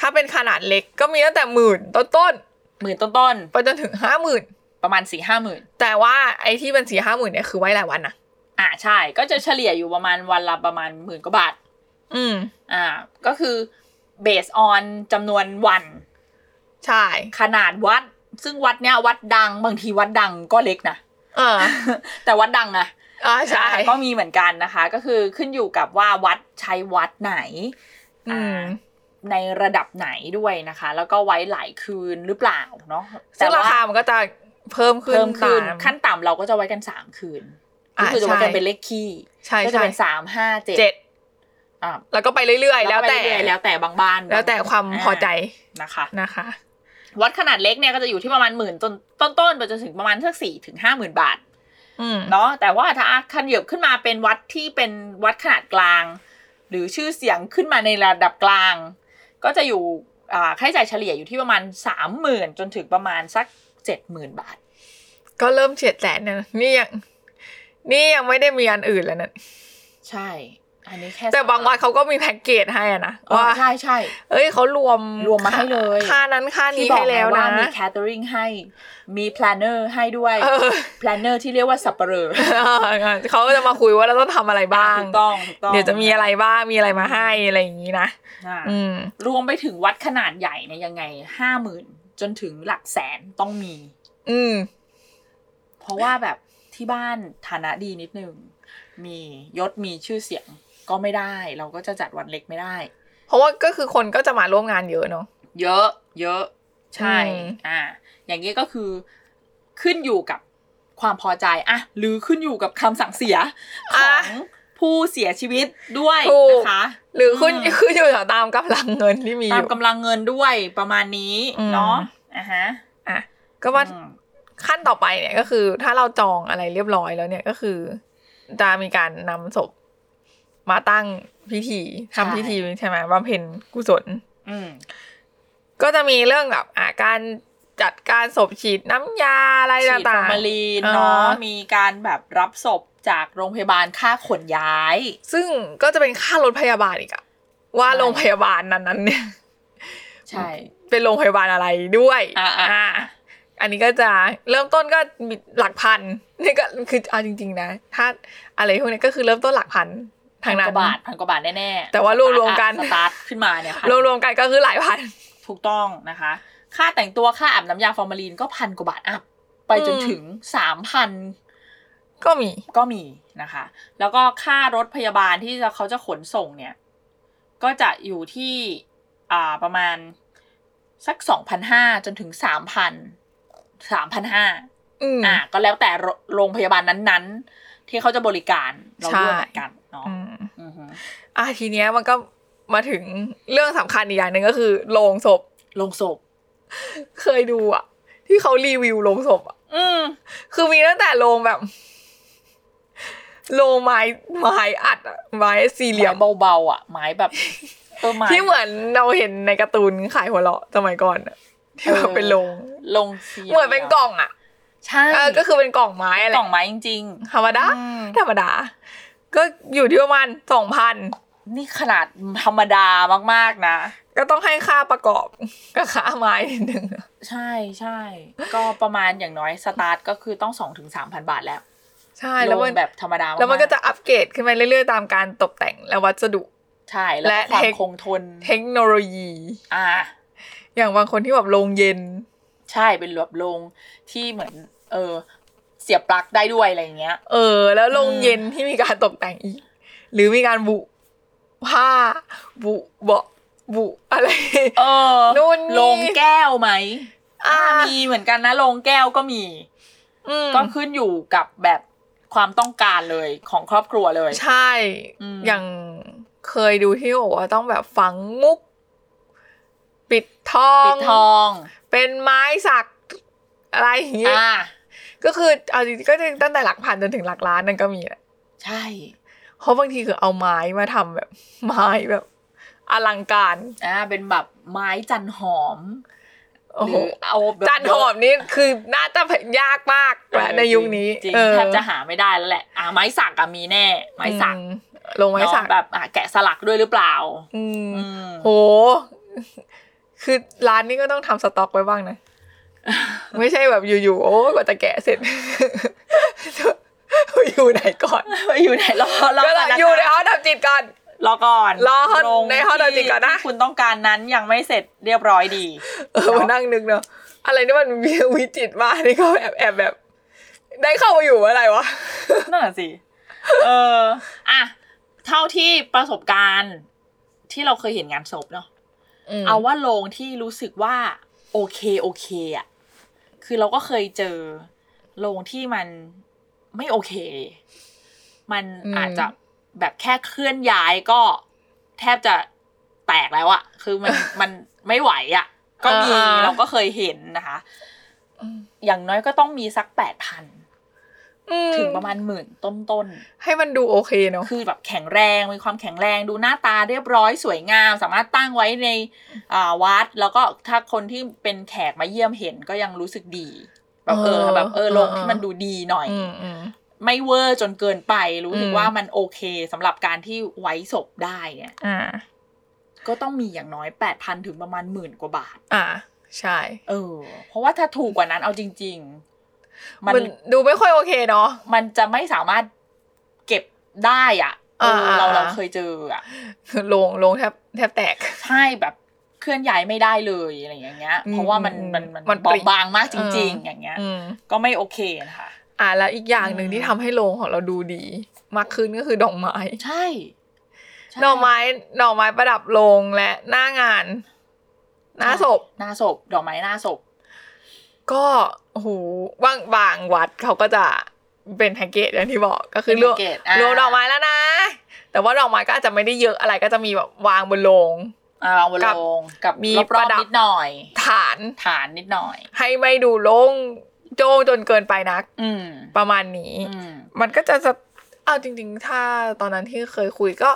[SPEAKER 4] ถ้าเป็นขนาดเล็กก็มีตั้งแต่หมื่นต้น
[SPEAKER 5] หมื่นต้น
[SPEAKER 4] ๆไปจนถึงห้าหมื่น
[SPEAKER 5] ๆ ประมาณสี่ห้าหมื่น
[SPEAKER 4] แต่ว่าไอ้ที่เป็นสี่ห้าหมื่นเนี่ยคือไว้หลายวันนะ
[SPEAKER 5] อ่าใช่ ก็จะเฉลี่ยอยู่ประมาณวันละประมาณหมื่นกว่าบาท
[SPEAKER 4] อืม
[SPEAKER 5] อ่า ก็คือ based on จำนวนวัน
[SPEAKER 4] ใช่
[SPEAKER 5] ขนาดวัด ซึ่งวัดเนี้ยวัดดัง บางทีวัดดังก็เล็กนะ *laughs*
[SPEAKER 4] เออ
[SPEAKER 5] แต่วัดดังนะ
[SPEAKER 4] อ่าใช่
[SPEAKER 5] อ่าก็มีเหมือนกันนะคะ ก็คือขึ้นอยู่กับว่าวัดใช้วัดไหน
[SPEAKER 4] อืม
[SPEAKER 5] ในระดับไหนด้วยนะคะ แล้วก็ไว้หลายคืนหรือเปล่าเนาะ
[SPEAKER 4] ซึ่ง
[SPEAKER 5] แต่ว่
[SPEAKER 4] ราคามันก็จะเพิ่มขึ้น
[SPEAKER 5] เพิ่มขึ้น
[SPEAKER 4] ตา
[SPEAKER 5] ขั้นต่ำเราก็จะไว้กันสามคืนก็
[SPEAKER 4] อ่า
[SPEAKER 5] คือจะไว้กัน
[SPEAKER 4] ใช่
[SPEAKER 5] เป็นเลขคี่
[SPEAKER 4] ใช่
[SPEAKER 5] ก็จะ
[SPEAKER 4] ใช่
[SPEAKER 5] เป็นสามห้าเจ็ด
[SPEAKER 4] เจ็ด
[SPEAKER 5] อ่า
[SPEAKER 4] แล้วก็ไปเรื่อยๆ แล้วแต่
[SPEAKER 5] ก็ไปเรื่อยๆแล้วแต่บางบ้าน
[SPEAKER 4] แล้วแต่ความพอใจ
[SPEAKER 5] นะคะ
[SPEAKER 4] นะคะ
[SPEAKER 5] วัดขนาดเล็กเนี่ยก็จะอยู่ที่ประมาณหมื่นต้นต้นต้นๆไปจนถึงประมาณสักสี่ถึงห้าหมื่นบาท
[SPEAKER 4] อืม
[SPEAKER 5] เนาะแต่ว่าถ้าขยับขึ้นมาเป็นวัดที่เป็นวัดขนาดกลาง หรือชื่อเสียงขึ้นมาในระดับกลาง ก็จะอยู่อ่าค่าใช้จ่ายเฉลี่ยอยู่ที่ประมาณสามหมื่นจนถึงประมาณสักเจ็ดหมื่นบาท
[SPEAKER 4] ก็เริ่มเฉียดแสนเนี่ยนะนี่ยังนี่ยังไม่ได้มีอันอื่นแล้วนะ
[SPEAKER 5] ใช่ อันนี้แค่
[SPEAKER 4] แต่บางวัดเขาก็มีแพ็กเกจให้อะนะ
[SPEAKER 5] อ๋อ
[SPEAKER 4] ว่า
[SPEAKER 5] ใช่ใช่
[SPEAKER 4] เอ้ยเขารวม
[SPEAKER 5] รวมมาให้เลย
[SPEAKER 4] ค่านั้นค่านี้
[SPEAKER 5] ที่บอก
[SPEAKER 4] ให้แล้ว
[SPEAKER 5] ไง
[SPEAKER 4] นะ
[SPEAKER 5] ว่ามีแค t e r i n g ให้มีแพลนเนอร์ให้ด้วย
[SPEAKER 4] เอ *laughs* อ
[SPEAKER 5] แพลนเนอร์ที่เรียกว่าสับเปล
[SPEAKER 4] *laughs*
[SPEAKER 5] อ
[SPEAKER 4] เขาก็จะมาคุยว่าเราต้องทำอะไรบ้าง
[SPEAKER 5] ถูกต้องถูกต้อง
[SPEAKER 4] เดี๋ยวจะมีอะไรบ้างมีอะไรมาให้อะไรอย่างนี้นะ
[SPEAKER 5] อ่า
[SPEAKER 4] อืม
[SPEAKER 5] รวมไปถึงวัดขนาดใหญ่เนี่ยยังไงห้าหมื่นจนถึงหลักแสนต้องมี
[SPEAKER 4] อืม
[SPEAKER 5] เพราะว่าแบบที่บ้านฐานะดีนิดนึง มียศมีชื่อเสียงก็ไม่ได้ เราก็จะจัดวันเล็กไม่ได้
[SPEAKER 4] เพราะว่าก็คือคนก็จะมาร่วมงานเยอะเนาะ
[SPEAKER 5] เยอะ เยอะ ใช่
[SPEAKER 4] อืม
[SPEAKER 5] อ่า อย่างนี้ก็คือขึ้นอยู่กับความพอใจอะหรือขึ้นอยู่กับคำสั่งเสียของผู้เสียชีวิตด้วยนะคะ
[SPEAKER 4] หรือขึ้น
[SPEAKER 5] อืม
[SPEAKER 4] ขึ้นอยู่กับตามกำลังเงินที่มีอ
[SPEAKER 5] ตาม
[SPEAKER 4] ยู่
[SPEAKER 5] กำลังเงินด้วยประมาณนี้
[SPEAKER 4] อืม
[SPEAKER 5] เนาะอ่ะฮะ
[SPEAKER 4] อ่ะก็ว่า
[SPEAKER 5] อืม
[SPEAKER 4] ขั้นต่อไปเนี่ยก็คือถ้าเราจองอะไรเรียบร้อยแล้วเนี่ยก็คือจะมีการนำศพมาตั้งพิธีทำ
[SPEAKER 5] ใช่
[SPEAKER 4] พิธีใช่ไหมบำเพ็ญกุศล
[SPEAKER 5] อืม
[SPEAKER 4] ก็จะมีเรื่องแบบอ่ะการจัดการศพฉีดน้ำยาอะไร
[SPEAKER 5] ฉีดฟอ
[SPEAKER 4] ต่าง
[SPEAKER 5] ร์มา
[SPEAKER 4] ๆ
[SPEAKER 5] ลีน
[SPEAKER 4] อ่า
[SPEAKER 5] เนาะมีการแบบรับศพจากโรงพยาบาลค่าขนย้าย
[SPEAKER 4] ซึ่งก็จะเป็นค่ารถพยาบาลอีกอะว่า
[SPEAKER 5] ใช่
[SPEAKER 4] โรงพยาบาลนั้นๆเนี่ย
[SPEAKER 5] ใช่
[SPEAKER 4] เป็นโรงพยาบาลอะไรด้วย
[SPEAKER 5] อ่าๆ
[SPEAKER 4] อันนี้ก็จะเริ่มต้นก็มีหลักพันนี่ก็คือเอาจริง ๆ นะ ถ้าอะไรพวกเนี้ยก็คือเริ่มต้นหลักพันทาง
[SPEAKER 5] พั
[SPEAKER 4] นั้น
[SPEAKER 5] กว่าบาทพันกว่าบาทแน่ๆ
[SPEAKER 4] แต่ว่ารวมๆกัน
[SPEAKER 5] สตาร์ทขึ้นมาเนี่ยพัน
[SPEAKER 4] รวมๆกันก็คือหลายพัน
[SPEAKER 5] ถูกต้องนะคะ ค่าแต่งตัวค่าอาบน้ำยาฟอร์มาลีนก็พันกว่าบาทอัพไปจน
[SPEAKER 4] อืม
[SPEAKER 5] ถึงสามพัน
[SPEAKER 4] ก็มี
[SPEAKER 5] ก็มีนะคะ แล้วก็ค่ารถพยาบาลที่จะเขาจะขนส่งเนี่ย ก็จะอยู่ที่อ่าประมาณสักสองพันห้าจนถึงสามพันสามพันห้า
[SPEAKER 4] อืม
[SPEAKER 5] อ่ะก็แล้วแต่โรโรงพยาบาลนั้นๆ ที่เขาจะบริการเรา
[SPEAKER 4] ใช่
[SPEAKER 5] เลือกกันเนาะ
[SPEAKER 4] อืม
[SPEAKER 5] อือฮึ
[SPEAKER 4] อ่ะทีเนี้ยมันก็มาถึงเรื่องสำคัญอีกอย่างหนึ่งก็คือโรงศพ
[SPEAKER 5] โรงศพ
[SPEAKER 4] เคยดูอ่ะ ที่เขารีวิวโรงศพอ่ะ
[SPEAKER 5] อืม
[SPEAKER 4] คือมีตั้งแต่โรงแบบโรงไม้ไม้อัดอะไม้สี่เห
[SPEAKER 5] เห
[SPEAKER 4] ลี่
[SPEAKER 5] ลี่
[SPEAKER 4] ย
[SPEAKER 5] ย
[SPEAKER 4] ม
[SPEAKER 5] มเบาๆอ่ะไม้แบบเออไม้
[SPEAKER 4] ที่เหมือนเราเห็นในการ์ตูนขายหัวเราะสมัยก่อนอะที่แบบเป็นโรง
[SPEAKER 5] ลงสี
[SPEAKER 4] เหมือนเป็นกล่องอ่ะ
[SPEAKER 5] ใช่
[SPEAKER 4] เออก็คือเป็นกล่องไม้อะไร
[SPEAKER 5] กล่องไม้จริง
[SPEAKER 4] ธรรม
[SPEAKER 5] ๆ
[SPEAKER 4] ดา
[SPEAKER 5] อืม
[SPEAKER 4] ธรรมดา ก็อยู่ที่ประมาณสองพัน
[SPEAKER 5] นี่ขนาดธรรมดามากๆนะ
[SPEAKER 4] ก็ต้องให้ค่าประกอบ *laughs* กับค่าไม้นิดนึงอะ
[SPEAKER 5] ใช่ใช่ก็ประมาณอย่างน้อยสตาร์ทก็คือต้องสองถึงสามพันบาทแล้ว
[SPEAKER 4] ใช่แล้ว
[SPEAKER 5] โร
[SPEAKER 4] มั
[SPEAKER 5] ง
[SPEAKER 4] น
[SPEAKER 5] แบบธรรมดาาๆ
[SPEAKER 4] แล้วมันก็จะอัปเกรดขึ้นไปเรื่อยๆ ตามการตกแต่งและวัสดุ
[SPEAKER 5] ใช่แล้ว
[SPEAKER 4] และ
[SPEAKER 5] ก็ความ
[SPEAKER 4] เทค
[SPEAKER 5] คงทน
[SPEAKER 4] เทคโนโลยี
[SPEAKER 5] อ่า
[SPEAKER 4] อย่างบางคนที่แบบโรงเย็น
[SPEAKER 5] ใช่เป็นแบบโรงที่เหมือน เออ เสียบปลั๊กได้ด้วยอะไรอย่างเงี้ย
[SPEAKER 4] เออ แล้วโรงเย็นที่มีการตกแต่งอีก หรือมีการบุผ้า บุเบาะบุอะไร
[SPEAKER 5] เออ
[SPEAKER 4] นู่นนี่
[SPEAKER 5] โรงแก้วไหม
[SPEAKER 4] อ่า
[SPEAKER 5] อ่ามีเหมือนกันนะโรงแก้วก็มี
[SPEAKER 4] อืม
[SPEAKER 5] ก็ขึ้นอยู่กับแบบความต้องการเลยของครอบครัวเลย
[SPEAKER 4] ใช่
[SPEAKER 5] อืม
[SPEAKER 4] อย่างเคยดูที่บอกว่าต้องแบบฝังมุก ปิดทอง
[SPEAKER 5] ปิดทอง
[SPEAKER 4] เป็นไม้สักอะไรอย่างงี้
[SPEAKER 5] อ่า
[SPEAKER 4] ก็คือเอาจริงๆก็จะตั้งแต่หลักพันจนถึงหลักล้านนั่นก็มีแหละ
[SPEAKER 5] ใช่
[SPEAKER 4] เพราะบางทีคือเอาไม้มาทำแบบ ไม้แบบ อลังการ
[SPEAKER 5] อ่าเป็นแบบไม้จันหอม
[SPEAKER 4] โอ้
[SPEAKER 5] ห
[SPEAKER 4] โห
[SPEAKER 5] รือเอาแบบ
[SPEAKER 4] จานหอมนี่คือน่าจะยากมาก
[SPEAKER 5] เออ
[SPEAKER 4] และในยุคนี้
[SPEAKER 5] จริง
[SPEAKER 4] เออ
[SPEAKER 5] แทบจะหาไม่ได้แล้วแหละอ่าไม้สักอะมีแน่ ไม้สัก
[SPEAKER 4] อืลงไม้สัก
[SPEAKER 5] เนาะแบบอ่ะแกะสลักด้วยหรือเปล่า
[SPEAKER 4] อืม
[SPEAKER 5] อืม
[SPEAKER 4] โห คือร้านนี้ก็ต้องทำสต็อกไว้บ้างนะ ไม่ใช่แบบอยู่ๆโอ้ยกว่าจะแกะเสร็จ อยู่ไหนก่อน
[SPEAKER 5] อยู่ไหนรอรอ
[SPEAKER 4] ก็
[SPEAKER 5] ก่อนนะคะ
[SPEAKER 4] อยู่ในห้องทำจิตก่อน
[SPEAKER 5] รอก่อน
[SPEAKER 4] รอ
[SPEAKER 5] โง
[SPEAKER 4] ในห้องดนตรีก่อนนะ
[SPEAKER 5] ที่คุณต้องการนั้นยังไม่เสร็จเรียบร้อย
[SPEAKER 4] *laughs*
[SPEAKER 5] ดี
[SPEAKER 4] เออมานั่งนึกเนาะอะไรนี่ *laughs* มันวิจิตรมากนี่ก็แอบแอบแบบ ได้เข้ามาอยู่อะไรวะ
[SPEAKER 5] นั่นแหะสิ เอออ่ะเท่าที่ประสบการณ์ที่เราเคยเห็นงานศพเนาะ
[SPEAKER 4] ม
[SPEAKER 5] เอาว่าโรงที่รู้สึกว่าโอเคโอเคอ่ะ คือเราก็เคยเจอโรงที่มันไม่โอเค มัน
[SPEAKER 4] อืม
[SPEAKER 5] อาจจะแบบแค่เคลื่อนย้ายก็แทบจะแตกแล้วอะคือมัน *laughs* มันไม่ไหวอะก็มี
[SPEAKER 4] อ่าๆ
[SPEAKER 5] เราก็เคยเห็นนะคะ อย่างน้อยก็ต้องมีสักแปดพัน
[SPEAKER 4] อืม
[SPEAKER 5] ถึงประมาณหมื่นต้นๆ
[SPEAKER 4] ให้มันดูโอเคเนาะ
[SPEAKER 5] คือแบบแข็งแรงมีความแข็งแรงดูหน้าตาเรียบร้อยสวยงาม สามารถตั้งไว้ในอ่าวัด แล้วก็ถ้าคนที่เป็นแขกมาเยี่ยมเห็นก็ยังรู้สึกดีแบบเออ
[SPEAKER 4] เออ
[SPEAKER 5] แบบเออ
[SPEAKER 4] เออ
[SPEAKER 5] ลง
[SPEAKER 4] เออ
[SPEAKER 5] ที่มันดูดีหน่อย
[SPEAKER 4] อืมอืม
[SPEAKER 5] ไม่เวอร์จนเกินไปรู้สึก
[SPEAKER 4] อืม
[SPEAKER 5] ว่ามันโอเคสำหรับการที่ไว้ศพได้เนี่ย
[SPEAKER 4] อ่า
[SPEAKER 5] ก็ต้องมีอย่างน้อย 8 0 0 0 ถึงประมาณหมื่นกว่าบาท
[SPEAKER 4] อ่า ใช่
[SPEAKER 5] เออ เพราะว่าถ้าถูกกว่านั้นเอาจริง ๆ
[SPEAKER 4] มั
[SPEAKER 5] มัน
[SPEAKER 4] นดูไม่ค่อยโอเคเนาะ
[SPEAKER 5] มันจะไม่สามารถเก็บได้อ่ะเอออา
[SPEAKER 4] ๆ
[SPEAKER 5] เราเราเคยเจออ่ะ
[SPEAKER 4] ลงลงแทบแทบแตก
[SPEAKER 5] ใช่แบบเคลื่อนย้ายไม่ได้เลยอะไรอย่างเงี้ย
[SPEAKER 4] อืม
[SPEAKER 5] เพราะว่ามัน
[SPEAKER 4] อืม
[SPEAKER 5] มันมัน
[SPEAKER 4] มัน
[SPEAKER 5] บอ
[SPEAKER 4] ปริ
[SPEAKER 5] บบางมากจริง
[SPEAKER 4] เออ
[SPEAKER 5] ๆ
[SPEAKER 4] อ
[SPEAKER 5] อย่างเงี้ย
[SPEAKER 4] อืม
[SPEAKER 5] ก็ไม่โอเคนะคะ
[SPEAKER 4] อ่าแล้วอีกอย่างหนึ่
[SPEAKER 5] อื
[SPEAKER 4] ง
[SPEAKER 5] ม
[SPEAKER 4] ที่ทำให้โรงของเราดูดี มากขึ้นก็คือดอกไม้
[SPEAKER 5] ใช่ใช่
[SPEAKER 4] ดอกไม้ดอกไม้ประดับโรงและหน้างาน หน้าศพ
[SPEAKER 5] หน้าศพดอกไม้หน้าศพ
[SPEAKER 4] ก็โอ้โหบางบางวัดเขาก็จะเป็นแพ็กเกจอย่างที่บอกก็คือ
[SPEAKER 5] เป็น
[SPEAKER 4] รวม
[SPEAKER 5] แพ็กเกจอ่าร ร
[SPEAKER 4] วมดอกไม้แล้วนะ แต่ว่าดอกไม้ก็อาจจะไม่ได้เยอะอะไรก็จะมีแบบวางบนโรง
[SPEAKER 5] อ่าวางบนโลงกับ
[SPEAKER 4] มี
[SPEAKER 5] มีร
[SPEAKER 4] ประ
[SPEAKER 5] อบ
[SPEAKER 4] ดับ
[SPEAKER 5] ๆนิดหน่อย
[SPEAKER 4] ฐาน
[SPEAKER 5] ฐานนิดหน่อย
[SPEAKER 4] ให้ไม่ดูโล่งโจ้งจนเกินไปนัก
[SPEAKER 5] อืม
[SPEAKER 4] ประมาณนี้
[SPEAKER 5] อืม
[SPEAKER 4] มันก็จะสะเอาจริง ๆ ถ้าตอนนั้นที่เคยคุยก็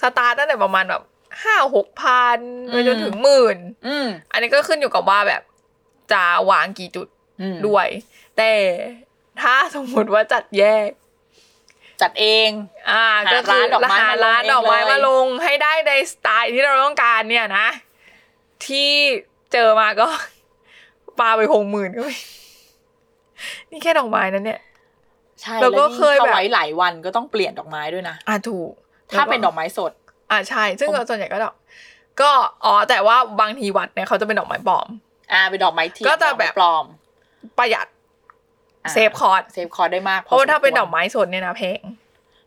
[SPEAKER 4] สตาร์ทตั้งแต่ประมาณแบบห้าหกพันไปจนถึงหมื่น
[SPEAKER 5] อืม
[SPEAKER 4] อันนี้ก็ขึ้นอยู่กับว่าแบบจะวางกี่จุด
[SPEAKER 5] อืม
[SPEAKER 4] ด้วย แต่ถ้าสมมติว่าจัดแยก
[SPEAKER 5] จัดเอง
[SPEAKER 4] อ่า
[SPEAKER 5] หา
[SPEAKER 4] ก็คือ
[SPEAKER 5] ร้านดอกไม้
[SPEAKER 4] ห
[SPEAKER 5] มาลง
[SPEAKER 4] ร้านดอกไม้
[SPEAKER 5] เองเลย
[SPEAKER 4] มาลงให้ได้ในสไตล์ที่เราต้องการเนี่ยนะ ที่เจอมาก็ *laughs* ปาไปหกหมื่นก็ *laughs* มีนี่แค่ดอกไม้นั้นเนี่ย
[SPEAKER 5] ใช่
[SPEAKER 4] แล้วก็
[SPEAKER 5] ยิ่ง
[SPEAKER 4] เคย
[SPEAKER 5] ถ้า
[SPEAKER 4] แบบ
[SPEAKER 5] ไว้หลายวันก็ต้องเปลี่ยนดอกไม้ด้วยนะ
[SPEAKER 4] อ่าถูก
[SPEAKER 5] ถ้าเป็นดอกไม้สด
[SPEAKER 4] อ่าใช่ ซึ่ง
[SPEAKER 5] ผม
[SPEAKER 4] ส่วนใหญ่ก็ดอกก็อ๋อแต่ว่าบางทีวัดเนี่ยเขาจะเป็นดอกไม้ปลอม
[SPEAKER 5] อ่าเป็นดอกไม้เทียม
[SPEAKER 4] ก็จะ
[SPEAKER 5] ดอไม้
[SPEAKER 4] แบบ
[SPEAKER 5] ปลอม
[SPEAKER 4] ประหยัด
[SPEAKER 5] อ่า
[SPEAKER 4] เซฟคอร์ส
[SPEAKER 5] เซฟคอร์สได้มาก
[SPEAKER 4] เพราะว่าถ้าเป็น
[SPEAKER 5] สคว
[SPEAKER 4] ดอกไม้สดเนี่ยนะแพง